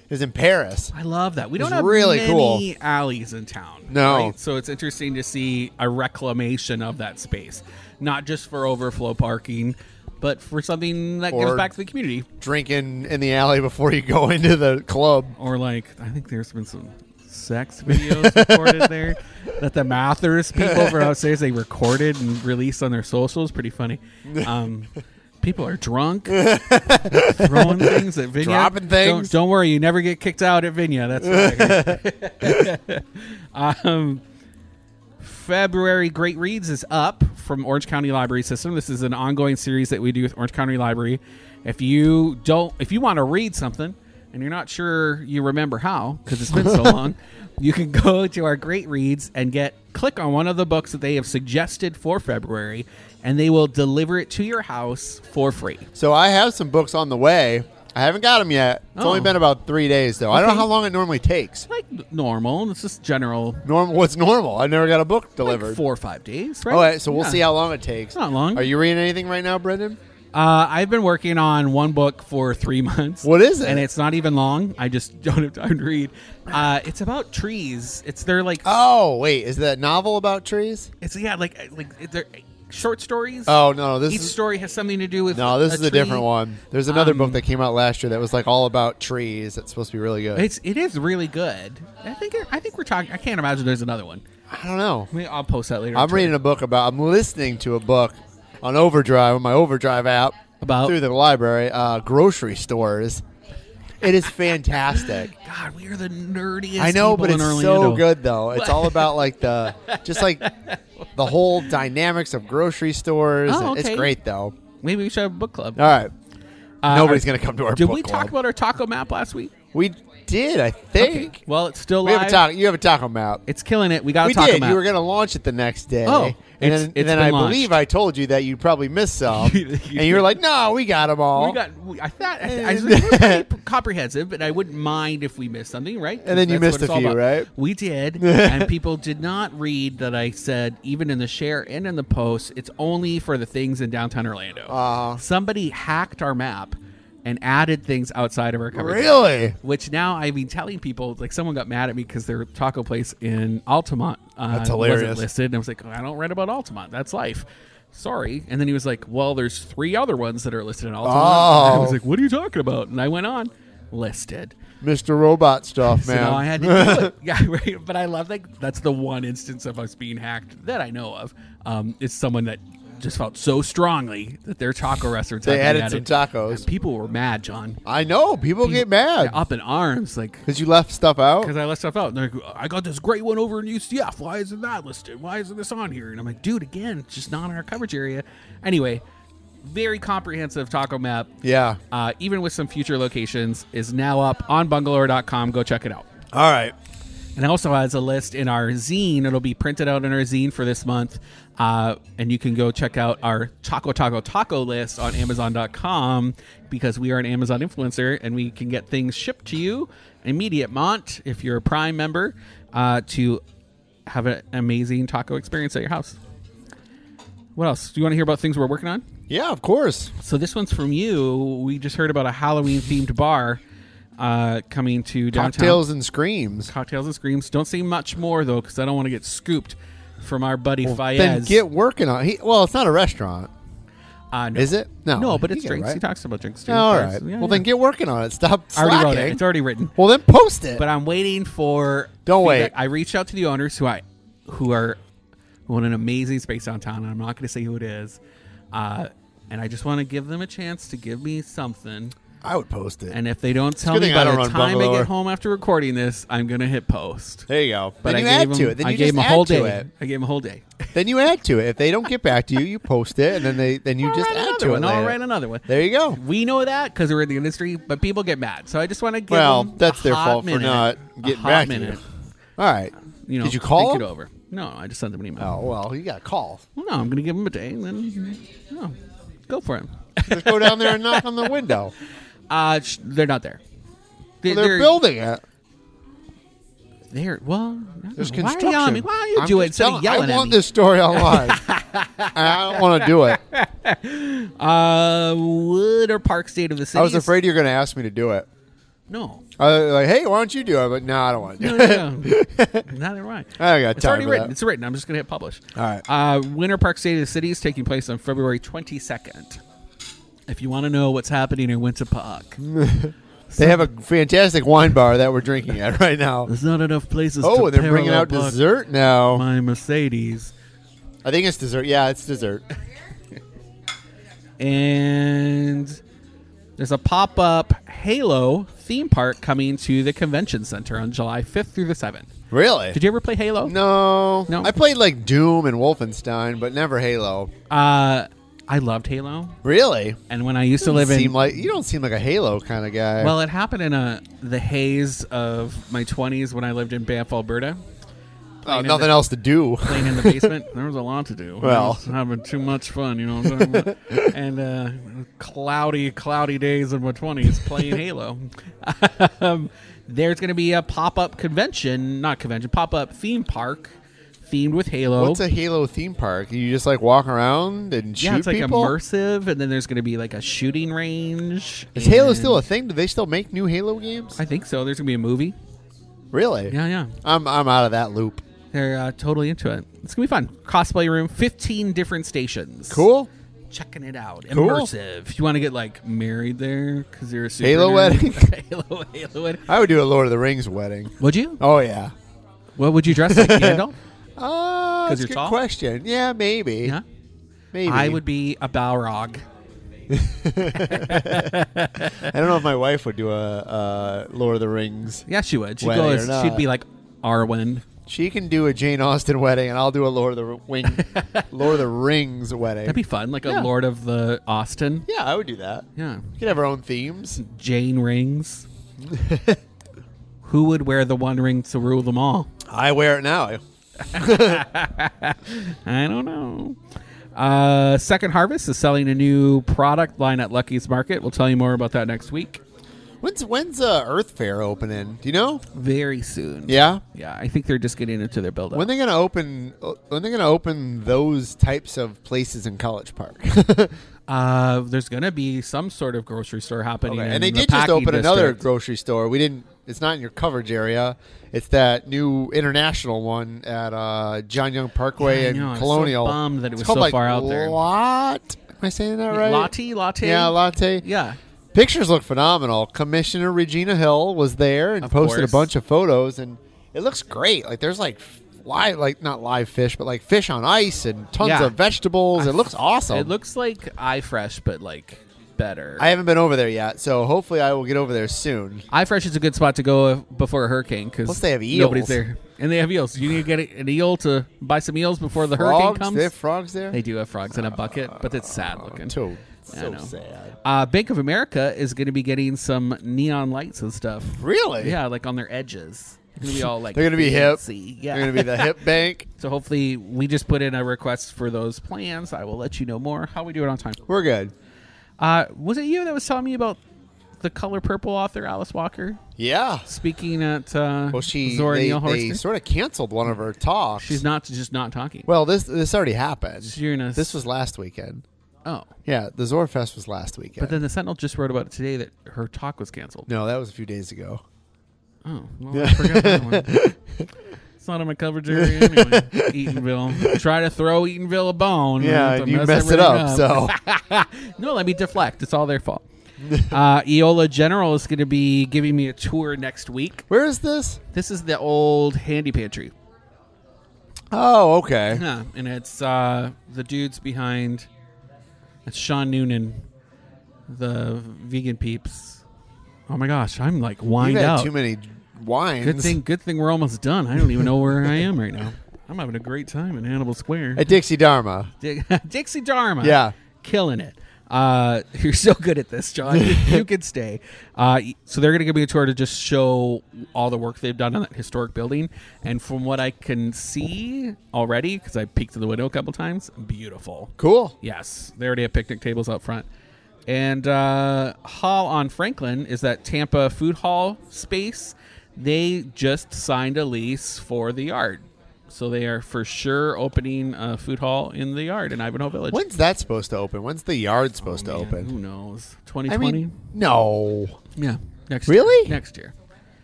Speaker 2: It was in Paris.
Speaker 1: I love that. We don't
Speaker 2: It's
Speaker 1: have
Speaker 2: really
Speaker 1: many
Speaker 2: cool.
Speaker 1: alleys in town.
Speaker 2: No.
Speaker 1: So it's interesting to see a reclamation of that space, not just for overflow parking, but for something that gives
Speaker 2: Or-
Speaker 1: back to the community.
Speaker 2: Drinking in the alley before you go into the club.
Speaker 1: Or like, I think there's been some sex videos recorded there that the Mathers people from upstairs they recorded and released on their socials. Pretty funny. Um, people are drunk, throwing things at Vinya.
Speaker 2: Dropping
Speaker 1: Don't,
Speaker 2: things.
Speaker 1: don't worry, you never get kicked out at Vinya. That's what I heard. Um, February Great Reads is up from Orange County Library System. This is an ongoing series that we do with Orange County Library. If you don't, if you want to read something and you're not sure you remember how because it's been so long, you can go to our great reads and get click on one of the books that they have suggested for February, and they will deliver it to your house for free.
Speaker 2: So I have some books on the way. I haven't got them yet. It's
Speaker 1: Oh.
Speaker 2: only been about three days though. I don't
Speaker 1: Okay.
Speaker 2: know how long it normally takes.
Speaker 1: Like n- normal, it's just general.
Speaker 2: Normal, what's normal? I never got a book
Speaker 1: Like
Speaker 2: delivered.
Speaker 1: four or five days, right?
Speaker 2: All right, so we'll
Speaker 1: Yeah.
Speaker 2: see how long it takes.
Speaker 1: It's not long.
Speaker 2: Are you reading anything right now, Brendan?
Speaker 1: Uh, I've been working on one book for three months.
Speaker 2: What is it?
Speaker 1: And it's not even long. I just don't have time to read. Uh, it's about trees. It's they're like
Speaker 2: Oh wait, is that novel about trees?
Speaker 1: it's yeah like like they're short stories.
Speaker 2: Oh no, this
Speaker 1: Each
Speaker 2: is
Speaker 1: story has something to do with
Speaker 2: no, this is a
Speaker 1: tree.
Speaker 2: different one. There's another
Speaker 1: Um,
Speaker 2: book that came out last year that was like all about trees. That's supposed to be really good.
Speaker 1: It's it is really good. I think I think we're talking. I can't imagine there's another one.
Speaker 2: I don't know.
Speaker 1: I mean, I'll post that later. on
Speaker 2: I'm
Speaker 1: Twitter.
Speaker 2: reading a book about. I'm listening to a book on Overdrive on my Overdrive app
Speaker 1: About-
Speaker 2: through the library. Uh, grocery stores. It is fantastic.
Speaker 1: God, we are the nerdiest.
Speaker 2: I know, but
Speaker 1: people in
Speaker 2: it's so
Speaker 1: Orlando.
Speaker 2: good though. It's all about like the just like the whole dynamics of grocery stores.
Speaker 1: Oh,
Speaker 2: It's
Speaker 1: okay.
Speaker 2: great though. All
Speaker 1: Maybe we should have a book club.
Speaker 2: right,
Speaker 1: Uh,
Speaker 2: nobody's
Speaker 1: our-
Speaker 2: gonna come to our
Speaker 1: Did
Speaker 2: book
Speaker 1: we
Speaker 2: club.
Speaker 1: talk about our taco map last week?
Speaker 2: we did, I think.
Speaker 1: Well, it's still
Speaker 2: We
Speaker 1: live.
Speaker 2: have a taco. You have a taco map.
Speaker 1: It's killing it. We got
Speaker 2: we
Speaker 1: a taco
Speaker 2: did.
Speaker 1: map.
Speaker 2: You were going to launch it the next day.
Speaker 1: Oh,
Speaker 2: and
Speaker 1: it's-
Speaker 2: then,
Speaker 1: it's
Speaker 2: and then
Speaker 1: been
Speaker 2: I
Speaker 1: launched.
Speaker 2: believe I told you that you probably missed some,
Speaker 1: You- you-
Speaker 2: and you were like, "No, we got them all."
Speaker 1: We got. we- I thought I, I was like, we're pretty comprehensive, and I wouldn't mind if we missed something, right? 'Cause
Speaker 2: And then you
Speaker 1: that's
Speaker 2: missed
Speaker 1: what it's
Speaker 2: a
Speaker 1: all
Speaker 2: few,
Speaker 1: about.
Speaker 2: right?
Speaker 1: We did, and people did not read that I said even in the share and in the post. It's only for the things in downtown Orlando.
Speaker 2: Uh-huh.
Speaker 1: Somebody hacked our map and added things outside of our coverage.
Speaker 2: really?
Speaker 1: Which now I've been telling people, like someone got mad at me because their taco place in Altamont uh,
Speaker 2: That's hilarious.
Speaker 1: wasn't listed, and I was like, I don't read about Altamont. That's life. Sorry. And then he was like, Well, there's three other ones that are listed in Altamont. And I was
Speaker 2: Oh.
Speaker 1: like, What are you talking about? And I went on listed.
Speaker 2: Mr. Robot stuff,
Speaker 1: So
Speaker 2: man.
Speaker 1: now I had to do it. Yeah, right. But I love like that's the one instance of us being hacked that I know of. Um, it's someone that just felt so strongly that their taco restaurants
Speaker 2: They
Speaker 1: had
Speaker 2: added
Speaker 1: been
Speaker 2: some
Speaker 1: And
Speaker 2: tacos.
Speaker 1: people were mad, John.
Speaker 2: I know people get mad
Speaker 1: They're up in arms, like
Speaker 2: because you left stuff out.
Speaker 1: because I left stuff out. And they're like, I got this great one over in UCF. Why isn't that listed? Why isn't this on here? And I'm like, dude, again, it's just not in our coverage area. Anyway, very comprehensive taco map.
Speaker 2: Yeah.
Speaker 1: Uh, even with some future locations, is now up on bungalow.com. Go check it out.
Speaker 2: All right.
Speaker 1: And it also has a list in our zine. It'll be printed out in our zine for this month. Uh, and you can go check out our Taco Taco Taco list on Amazon.com because we are an Amazon influencer and we can get things shipped to you immediate mont if you're a Prime member uh, to have an amazing taco experience at your house. What else? Do you want to hear about things we're working on?
Speaker 2: Yeah, of course.
Speaker 1: So this one's from you. We just heard about a Halloween themed bar uh, coming to downtown
Speaker 2: Cocktails and screams.
Speaker 1: cocktails and screams. Don't say much more though, because I don't want to get scooped from our buddy Fayez.
Speaker 2: Then get working on. He, well, it's not a restaurant,
Speaker 1: Uh, no.
Speaker 2: is it? No.
Speaker 1: No, but
Speaker 2: You
Speaker 1: it's
Speaker 2: get it,
Speaker 1: drinks.
Speaker 2: right?
Speaker 1: He talks about drinks. Too,
Speaker 2: Oh, All
Speaker 1: Bars.
Speaker 2: right.
Speaker 1: Yeah,
Speaker 2: well, then
Speaker 1: yeah.
Speaker 2: get working on it. Stop
Speaker 1: I already wrote it.
Speaker 2: slacking.
Speaker 1: It's already written.
Speaker 2: Well, then post it.
Speaker 1: But I'm waiting for.
Speaker 2: Don't
Speaker 1: feedback.
Speaker 2: wait.
Speaker 1: I reached out to the owners who I who are who own an amazing space downtown, and I'm not going to say who it is. Uh, and I just want to give them a chance to give me something.
Speaker 2: I would post it.
Speaker 1: And if they don't tell
Speaker 2: good
Speaker 1: me
Speaker 2: thing I
Speaker 1: by
Speaker 2: don't
Speaker 1: the
Speaker 2: run
Speaker 1: time I
Speaker 2: Bungalow.
Speaker 1: get home after recording this, I'm going to hit post.
Speaker 2: there you go.
Speaker 1: But
Speaker 2: then
Speaker 1: I
Speaker 2: you
Speaker 1: gave
Speaker 2: add
Speaker 1: them,
Speaker 2: to it. Then
Speaker 1: I
Speaker 2: you
Speaker 1: gave
Speaker 2: just
Speaker 1: them a
Speaker 2: add
Speaker 1: whole
Speaker 2: to
Speaker 1: day.
Speaker 2: it.
Speaker 1: I gave them a whole day.
Speaker 2: Then you add to it. If they don't get back to you, you post it, and then they then you
Speaker 1: I'll
Speaker 2: just
Speaker 1: write
Speaker 2: add
Speaker 1: another
Speaker 2: to
Speaker 1: one.
Speaker 2: it.
Speaker 1: I'll
Speaker 2: later.
Speaker 1: write another one.
Speaker 2: There you go.
Speaker 1: We know that because we're in the industry, but people get mad. So I just want to give
Speaker 2: Well,
Speaker 1: them
Speaker 2: that's
Speaker 1: a
Speaker 2: their
Speaker 1: hot
Speaker 2: fault
Speaker 1: minute,
Speaker 2: for not
Speaker 1: a
Speaker 2: getting
Speaker 1: hot
Speaker 2: back
Speaker 1: minute,
Speaker 2: to you. All right.
Speaker 1: you know,
Speaker 2: Did you call?
Speaker 1: think it
Speaker 2: them?
Speaker 1: over? No, I just sent them an email.
Speaker 2: Oh well, you got a call.
Speaker 1: Well, no, I'm going to give them a day and then no, go for it.
Speaker 2: Just go down there and knock on the window.
Speaker 1: Uh, sh- they're not there. They,
Speaker 2: Well, they're, building it.
Speaker 1: They're well. I don't
Speaker 2: There's
Speaker 1: know. Why are you yelling at me?
Speaker 2: construction.
Speaker 1: Why are you
Speaker 2: I'm
Speaker 1: doing
Speaker 2: just
Speaker 1: instead of
Speaker 2: telling-
Speaker 1: yelling
Speaker 2: I
Speaker 1: at
Speaker 2: want
Speaker 1: me?
Speaker 2: this story online. I don't want to do it.
Speaker 1: Uh, wood or park state of the city?
Speaker 2: I was afraid you're going to ask me to do it.
Speaker 1: No,
Speaker 2: I was like, hey, why don't you do it? But no, I don't want to do
Speaker 1: no,
Speaker 2: it.
Speaker 1: no, no. Neither am I.
Speaker 2: I got
Speaker 1: It's
Speaker 2: time
Speaker 1: already
Speaker 2: for
Speaker 1: written.
Speaker 2: that.
Speaker 1: It's written. I'm just going to hit publish.
Speaker 2: All right.
Speaker 1: Uh, Winter Park State of the City is taking place on February 22nd. If you want to know what's happening in Winter Park,
Speaker 2: They have a fantastic wine bar that we're drinking at right now.
Speaker 1: there's not enough places.
Speaker 2: Oh,
Speaker 1: to
Speaker 2: they're bringing
Speaker 1: parallel
Speaker 2: out
Speaker 1: park
Speaker 2: dessert now.
Speaker 1: My Mercedes
Speaker 2: I think it's dessert. Yeah, it's dessert.
Speaker 1: and there's a pop up Halo theme park coming to the convention center on July 5th through the 7th.
Speaker 2: Really?
Speaker 1: Did you ever play Halo?
Speaker 2: No.
Speaker 1: No.
Speaker 2: I played like Doom and Wolfenstein, but never Halo.
Speaker 1: Uh, I I loved Halo,
Speaker 2: Really?
Speaker 1: and when I used to live in
Speaker 2: seem like you don't seem like a Halo kind of guy.
Speaker 1: Well, it happened in a the haze of my twenties when I lived in Banff, Alberta,
Speaker 2: Oh,
Speaker 1: in
Speaker 2: nothing
Speaker 1: the-
Speaker 2: else to do.
Speaker 1: playing in the basement. there was a lot to do. I
Speaker 2: Well.
Speaker 1: was having too much fun, you know. What I'm talking about? and uh, cloudy, cloudy days of my twenties playing Halo. um, there's going to be a pop up convention, not convention, pop up theme park themed with Halo.
Speaker 2: What's a Halo theme park? You just like walk around and shoot
Speaker 1: yeah, it's like
Speaker 2: people.
Speaker 1: immersive, and then there's going to be like a shooting range.
Speaker 2: Is Halo
Speaker 1: and-
Speaker 2: still a thing? Do they still make new Halo games?
Speaker 1: I think so. There's going to be a movie.
Speaker 2: really?
Speaker 1: Yeah, yeah.
Speaker 2: I'm I'm out of that loop.
Speaker 1: They're uh, totally into it. It's gonna be fun. Cosplay room, fifteen different stations.
Speaker 2: Cool.
Speaker 1: Checking it out.
Speaker 2: Cool.
Speaker 1: Immersive. You want to get like married there because you're a super
Speaker 2: Halo
Speaker 1: nerd?
Speaker 2: wedding.
Speaker 1: Halo, Halo wedding.
Speaker 2: I would do a Lord of the Rings wedding.
Speaker 1: Would you?
Speaker 2: Oh yeah.
Speaker 1: What would you dress like? Candle?
Speaker 2: Uh, that's a
Speaker 1: you're
Speaker 2: good
Speaker 1: tall?
Speaker 2: question. Yeah, maybe.
Speaker 1: Yeah.
Speaker 2: Maybe.
Speaker 1: I would be a Balrog.
Speaker 2: I don't know if my wife would do a uh, Lord of the Rings.
Speaker 1: Yeah, she would. She'd
Speaker 2: Wedding
Speaker 1: go.
Speaker 2: or
Speaker 1: As, she'd
Speaker 2: not.
Speaker 1: be like Arwen.
Speaker 2: She can do a Jane Austen wedding, and I'll do a Lord of the Wing, Lord of the Rings wedding.
Speaker 1: That'd be fun. Like
Speaker 2: Yeah.
Speaker 1: a Lord of the Austin.
Speaker 2: yeah, I would do that.
Speaker 1: Yeah.
Speaker 2: We could have our own themes.
Speaker 1: Jane rings. Who would wear the one ring to rule them all?
Speaker 2: I wear it now.
Speaker 1: I don't know. Uh, Second Harvest is selling a new product line at Lucky's Market. We'll tell you more about that next week.
Speaker 2: When's when's uh, Earth Fair opening? Do you know?
Speaker 1: Very soon.
Speaker 2: Yeah.
Speaker 1: Yeah, I think they're just getting into their build up.
Speaker 2: When they gonna open? uh, When they gonna open those types of places in College Park?
Speaker 1: uh, there's going to be some sort of grocery store happening. in
Speaker 2: and they
Speaker 1: the
Speaker 2: did just
Speaker 1: Packy
Speaker 2: open another
Speaker 1: district.
Speaker 2: grocery store. We didn't. It's not in your coverage area. It's that new international one at uh, John Young Parkway
Speaker 1: Yeah, I
Speaker 2: and
Speaker 1: know. I'm so
Speaker 2: Colonial.
Speaker 1: bummed that it
Speaker 2: It's
Speaker 1: was
Speaker 2: called,
Speaker 1: so
Speaker 2: like,
Speaker 1: far out there.
Speaker 2: Lot. Am I saying that right?
Speaker 1: Latte, latte.
Speaker 2: Yeah, latte.
Speaker 1: Yeah.
Speaker 2: Pictures look phenomenal. Commissioner Regina Hill was there and
Speaker 1: Of
Speaker 2: posted
Speaker 1: course.
Speaker 2: a bunch of photos, and it looks great. Like there's like live, like not live fish, but like fish on ice and tons
Speaker 1: Yeah.
Speaker 2: of vegetables. it looks awesome.
Speaker 1: It looks like iFresh, but like better.
Speaker 2: I haven't been over there yet, so hopefully I will get over there soon.
Speaker 1: iFresh is a good spot to go before a hurricane
Speaker 2: Plus
Speaker 1: because
Speaker 2: they have
Speaker 1: nobody's
Speaker 2: eels.
Speaker 1: there. And they have eels. You need to get an eel to buy some eels before the hurricane
Speaker 2: frogs?
Speaker 1: comes.
Speaker 2: They have frogs there.
Speaker 1: They do have frogs in a bucket, but it's sad
Speaker 2: Uh,
Speaker 1: looking.
Speaker 2: So,
Speaker 1: I
Speaker 2: so
Speaker 1: know.
Speaker 2: sad.
Speaker 1: Uh, Bank of America is going to be getting some neon lights and stuff.
Speaker 2: Really?
Speaker 1: Yeah, like on their edges. They're going to be all like
Speaker 2: They're gonna be hip.
Speaker 1: fancy. Yeah.
Speaker 2: They're gonna be the hip bank.
Speaker 1: so hopefully we just put in a request for those plans. I will let you know more. How we doing on time?
Speaker 2: We're good.
Speaker 1: Uh, was it you that was telling me about the color purple author Alice Walker
Speaker 2: Yeah.
Speaker 1: speaking at uh,
Speaker 2: Well, she
Speaker 1: Zora
Speaker 2: they,
Speaker 1: Neale
Speaker 2: they
Speaker 1: Hurston?
Speaker 2: sort of canceled one of her talks.
Speaker 1: She's not just not talking.
Speaker 2: well, this this already happened.
Speaker 1: You're gonna-
Speaker 2: This was last weekend.
Speaker 1: oh,
Speaker 2: Yeah, the Zorfest was last weekend.
Speaker 1: but then the Sentinel just wrote about it today that her talk was canceled.
Speaker 2: no, that was a few days ago.
Speaker 1: Oh, well, I forgot that one. It's not in my coverage area anyway. Eatonville. Try to throw Eatonville a bone.
Speaker 2: Yeah,
Speaker 1: It's a
Speaker 2: and you messed it up. So
Speaker 1: no, let me deflect. It's all their fault. uh, Eola General is going to be giving me a tour next week.
Speaker 2: where is this?
Speaker 1: This is the old handy pantry.
Speaker 2: Oh, okay.
Speaker 1: Yeah, and it's uh, the dudes behind. It's Sean Noonan, the vegan peeps. Oh my gosh, I'm like
Speaker 2: You've
Speaker 1: wind
Speaker 2: had
Speaker 1: out.
Speaker 2: too many wines.
Speaker 1: Good thing, good thing we're almost done. I don't even know where I am right now. I'm having a great time in Hannibal Square.
Speaker 2: At Dixie Dharma.
Speaker 1: Di- Dixie Dharma.
Speaker 2: Yeah.
Speaker 1: Killing it. Uh, you're so good at this, John. You- you can stay. Uh, y- so they're going to give me a tour to just show all the work they've done on that historic building. And from what I can see already, because I peeked in the window a couple times, beautiful.
Speaker 2: Cool.
Speaker 1: Yes, they already have picnic tables out front. And uh, Hall on Franklin is that Tampa food hall space. They just signed a lease for the yard. So they are for sure opening a food hall in the yard in Ivanhoe Village.
Speaker 2: When's that supposed to open? When's the yard supposed to
Speaker 1: Oh, Man,
Speaker 2: open?
Speaker 1: Who knows?
Speaker 2: I
Speaker 1: 2020?
Speaker 2: mean, no.
Speaker 1: yeah, next
Speaker 2: Really?
Speaker 1: year. Next year.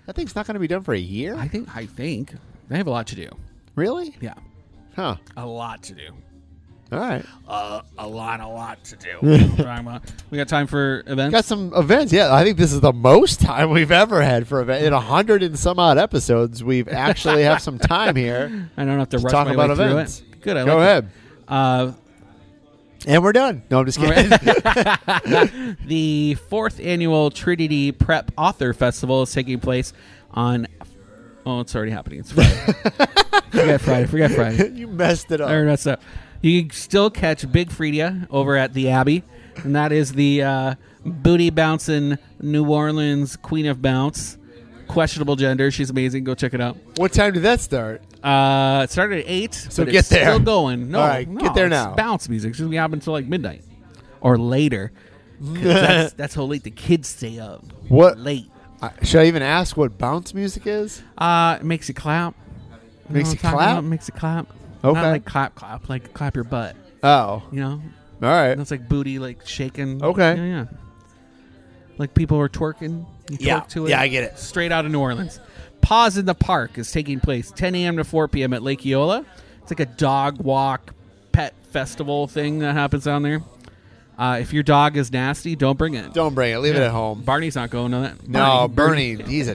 Speaker 2: That thing's not going to be done for a year.
Speaker 1: I think I think they have a lot to do.
Speaker 2: really?
Speaker 1: Yeah.
Speaker 2: Huh.
Speaker 1: A lot to do.
Speaker 2: All right.
Speaker 1: Uh, a lot, a lot to do. You know what I'm talking about? we got time for events.
Speaker 2: Got some events. Yeah, I think this is the most time we've ever had for event. In a hundred and some odd episodes, we've actually have some time here,
Speaker 1: I don't have to rush
Speaker 2: talk
Speaker 1: my
Speaker 2: about
Speaker 1: way
Speaker 2: events.
Speaker 1: through it. Good. I
Speaker 2: Go
Speaker 1: like it.
Speaker 2: ahead.
Speaker 1: Uh,
Speaker 2: and we're done. No, I'm just kidding.
Speaker 1: the fourth annual Trinity Prep Author Festival is taking place on. Oh, it's already happening. It's Friday. forget Friday. Forget Friday.
Speaker 2: you messed it
Speaker 1: I
Speaker 2: up.
Speaker 1: messed up. You can still catch Big Frida over at the Abbey, and that is the uh, booty bouncing New Orleans Queen of Bounce. Questionable gender. She's amazing. Go check it out.
Speaker 2: What time did that start?
Speaker 1: Uh, it started at eight. So
Speaker 2: get
Speaker 1: it's
Speaker 2: there.
Speaker 1: Still going. No,
Speaker 2: All right,
Speaker 1: no,
Speaker 2: get there
Speaker 1: it's
Speaker 2: now.
Speaker 1: Bounce music. She'll be out until like midnight or later. 'Cause that's, that's how late the kids stay up.
Speaker 2: What-
Speaker 1: late?
Speaker 2: I, should I even ask what bounce music is?
Speaker 1: Uh, it makes you clap. You
Speaker 2: Makes
Speaker 1: know what I'm
Speaker 2: you
Speaker 1: talking
Speaker 2: clap?
Speaker 1: about? Makes you clap.
Speaker 2: Okay.
Speaker 1: Not like clap, clap. Like clap your butt.
Speaker 2: Oh, all
Speaker 1: You know,
Speaker 2: right.
Speaker 1: that's like booty, like shaking.
Speaker 2: Okay.
Speaker 1: Yeah, yeah. Like people are twerking. You
Speaker 2: Yeah.
Speaker 1: twerk to it.
Speaker 2: Yeah, I get it.
Speaker 1: Straight out of New Orleans. Pause in the Park is taking place 10 a.m. to 4 p.m. at Lake Eola. It's like a dog walk, pet festival thing that happens down there. Uh, if your dog is nasty, don't bring it.
Speaker 2: Don't bring it. Leave it at home.
Speaker 1: Barney's not going on that.
Speaker 2: No, Bernie, he's a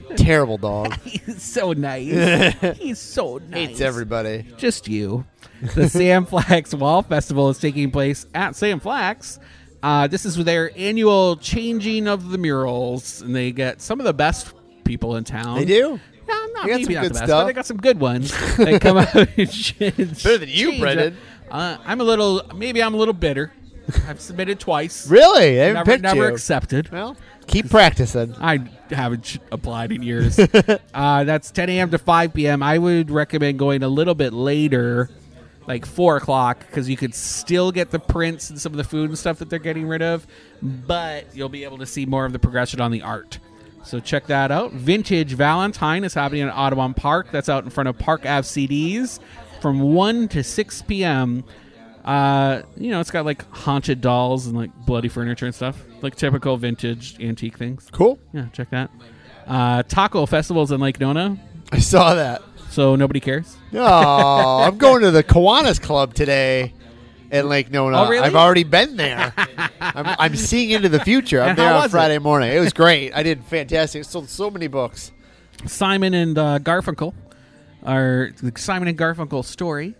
Speaker 2: terrible dog.
Speaker 1: He's so nice. He's so nice.
Speaker 2: Hates everybody.
Speaker 1: just you. The Sam Flax Wall Festival is taking place at Sam Flax. Uh, this is their annual changing of the murals, and they get some of the best people in town.
Speaker 2: They do?
Speaker 1: No, not,
Speaker 2: They got
Speaker 1: maybe not
Speaker 2: some good
Speaker 1: the best, but
Speaker 2: stuff.
Speaker 1: they got some good ones. They come out and ch-
Speaker 2: Better than you,
Speaker 1: change
Speaker 2: Brendan.
Speaker 1: it. Uh, I'm a little, maybe I'm a little bitter. I've submitted twice.
Speaker 2: Really? They haven't
Speaker 1: Never,
Speaker 2: picked
Speaker 1: never
Speaker 2: you.
Speaker 1: accepted.
Speaker 2: well, keep practicing.
Speaker 1: I haven't ch- applied in years. uh, that's 10 a.m. to 5 p.m. I would recommend going a little bit later, like 4 o'clock, because you could still get the prints and some of the food and stuff that they're getting rid of, but you'll be able to see more of the progression on the art. So check that out. Vintage Valentine is happening at Audubon Park. That's out in front of Park Ave CDs from 1 to 6 p.m. Uh, you know, it's got like haunted dolls and like bloody furniture and stuff, like typical vintage antique things.
Speaker 2: Cool.
Speaker 1: Yeah, check that. Uh, taco festivals in Lake Nona,
Speaker 2: I saw that.
Speaker 1: so nobody cares.
Speaker 2: Oh, I'm going to the Kiwanis Club today in Lake Nona.
Speaker 1: Oh, really?
Speaker 2: I've already been there. I'm, I'm seeing into the future. I'm
Speaker 1: And
Speaker 2: there
Speaker 1: how
Speaker 2: on
Speaker 1: was it?
Speaker 2: Friday morning. It was great. I did fantastic. Sold so many books.
Speaker 1: Simon and uh, Garfunkel, are the Simon and Garfunkel story,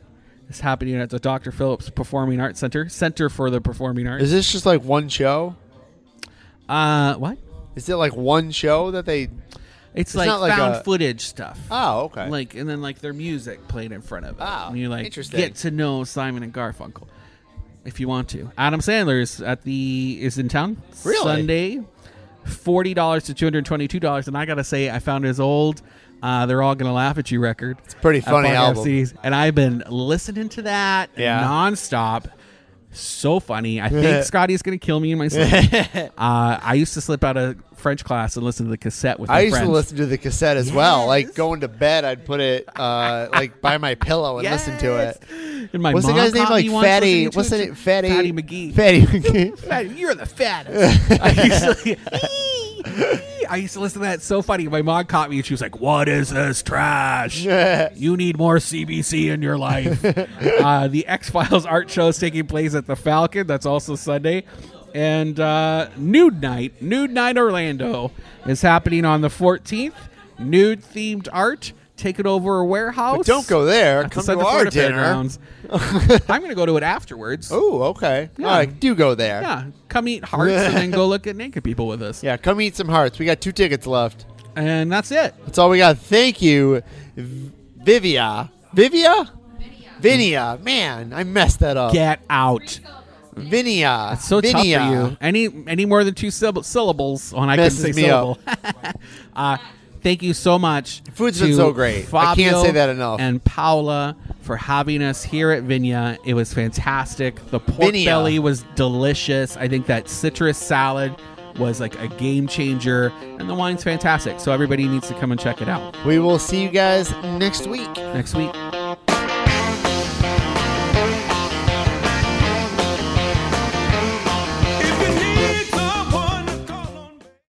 Speaker 1: is happening at the Dr. Phillips Performing Arts Center, Center for the Performing Arts.
Speaker 2: Is this just like one show?
Speaker 1: Uh, what?
Speaker 2: Is it like one show that they?
Speaker 1: It's,
Speaker 2: It's
Speaker 1: like
Speaker 2: not like
Speaker 1: found
Speaker 2: a-
Speaker 1: footage stuff.
Speaker 2: Oh, okay.
Speaker 1: Like and then like their music played in front of it.
Speaker 2: Ah,
Speaker 1: and you like
Speaker 2: interesting.
Speaker 1: get to know Simon and Garfunkel if you want to. Adam Sandler is at the is in town
Speaker 2: Really?
Speaker 1: Sunday, forty dollars to two hundred twenty two dollars. And I gotta say, I found his old. Uh, they're all gonna laugh at you record. It's
Speaker 2: pretty funny album.
Speaker 1: and I've been listening to that
Speaker 2: Yeah.
Speaker 1: nonstop. So funny. I think Scotty's gonna kill me in my sleep. uh, I used to slip out of French class and listen to the cassette with my
Speaker 2: I used
Speaker 1: friends.
Speaker 2: to listen to the cassette as well. Like
Speaker 1: Yes.
Speaker 2: going to bed, I'd put it uh, like by my pillow and listen to
Speaker 1: Yes.
Speaker 2: it.
Speaker 1: And my
Speaker 2: What's the
Speaker 1: mom
Speaker 2: guy's name?
Speaker 1: caught
Speaker 2: Like
Speaker 1: me once
Speaker 2: Fatty?
Speaker 1: listening to
Speaker 2: What's
Speaker 1: it.
Speaker 2: the name? Fatty.
Speaker 1: Fatty McGee.
Speaker 2: Fatty McGee.
Speaker 1: Fatty, you're the fattest. I used, to, I used to listen to that. It's so funny. My mom caught me and she was like, "What is this trash? You need more CBC in your life." uh, the X Files art show is taking place at the Falcon. That's also Sunday. And uh, Nude Night, Nude Night Orlando, is happening on the 14th. Nude themed art. Take it over a warehouse.
Speaker 2: But don't go there.
Speaker 1: That's
Speaker 2: Come
Speaker 1: inside
Speaker 2: to
Speaker 1: the
Speaker 2: our
Speaker 1: Florida
Speaker 2: dinner.
Speaker 1: Fairgrounds. I'm going to go to it afterwards.
Speaker 2: Oh, okay. All right, do go there.
Speaker 1: Yeah, come eat hearts and then go look at naked people with us.
Speaker 2: Yeah, come eat some hearts. We got two tickets left.
Speaker 1: And that's it.
Speaker 2: That's all we got. Thank you, V- Vivia. Vivia? Vinia. Man, I messed that up.
Speaker 1: Get out.
Speaker 2: Vinia.
Speaker 1: It's so tough for
Speaker 2: Vinia.
Speaker 1: you. Any any more than two syllab- syllables on I can
Speaker 2: uh, Messes
Speaker 1: say
Speaker 2: me
Speaker 1: syllable. uh, thank you so much.
Speaker 2: Food's
Speaker 1: to
Speaker 2: been so great. I can't
Speaker 1: Fabio
Speaker 2: say that enough.
Speaker 1: And Paula for having us here at Vinya. It was fantastic. The pork
Speaker 2: Vinya.
Speaker 1: belly was delicious. I think that citrus salad was like a game changer, and the wine's fantastic. So everybody needs to come and check it out
Speaker 2: We will see you guys next week.
Speaker 1: next week.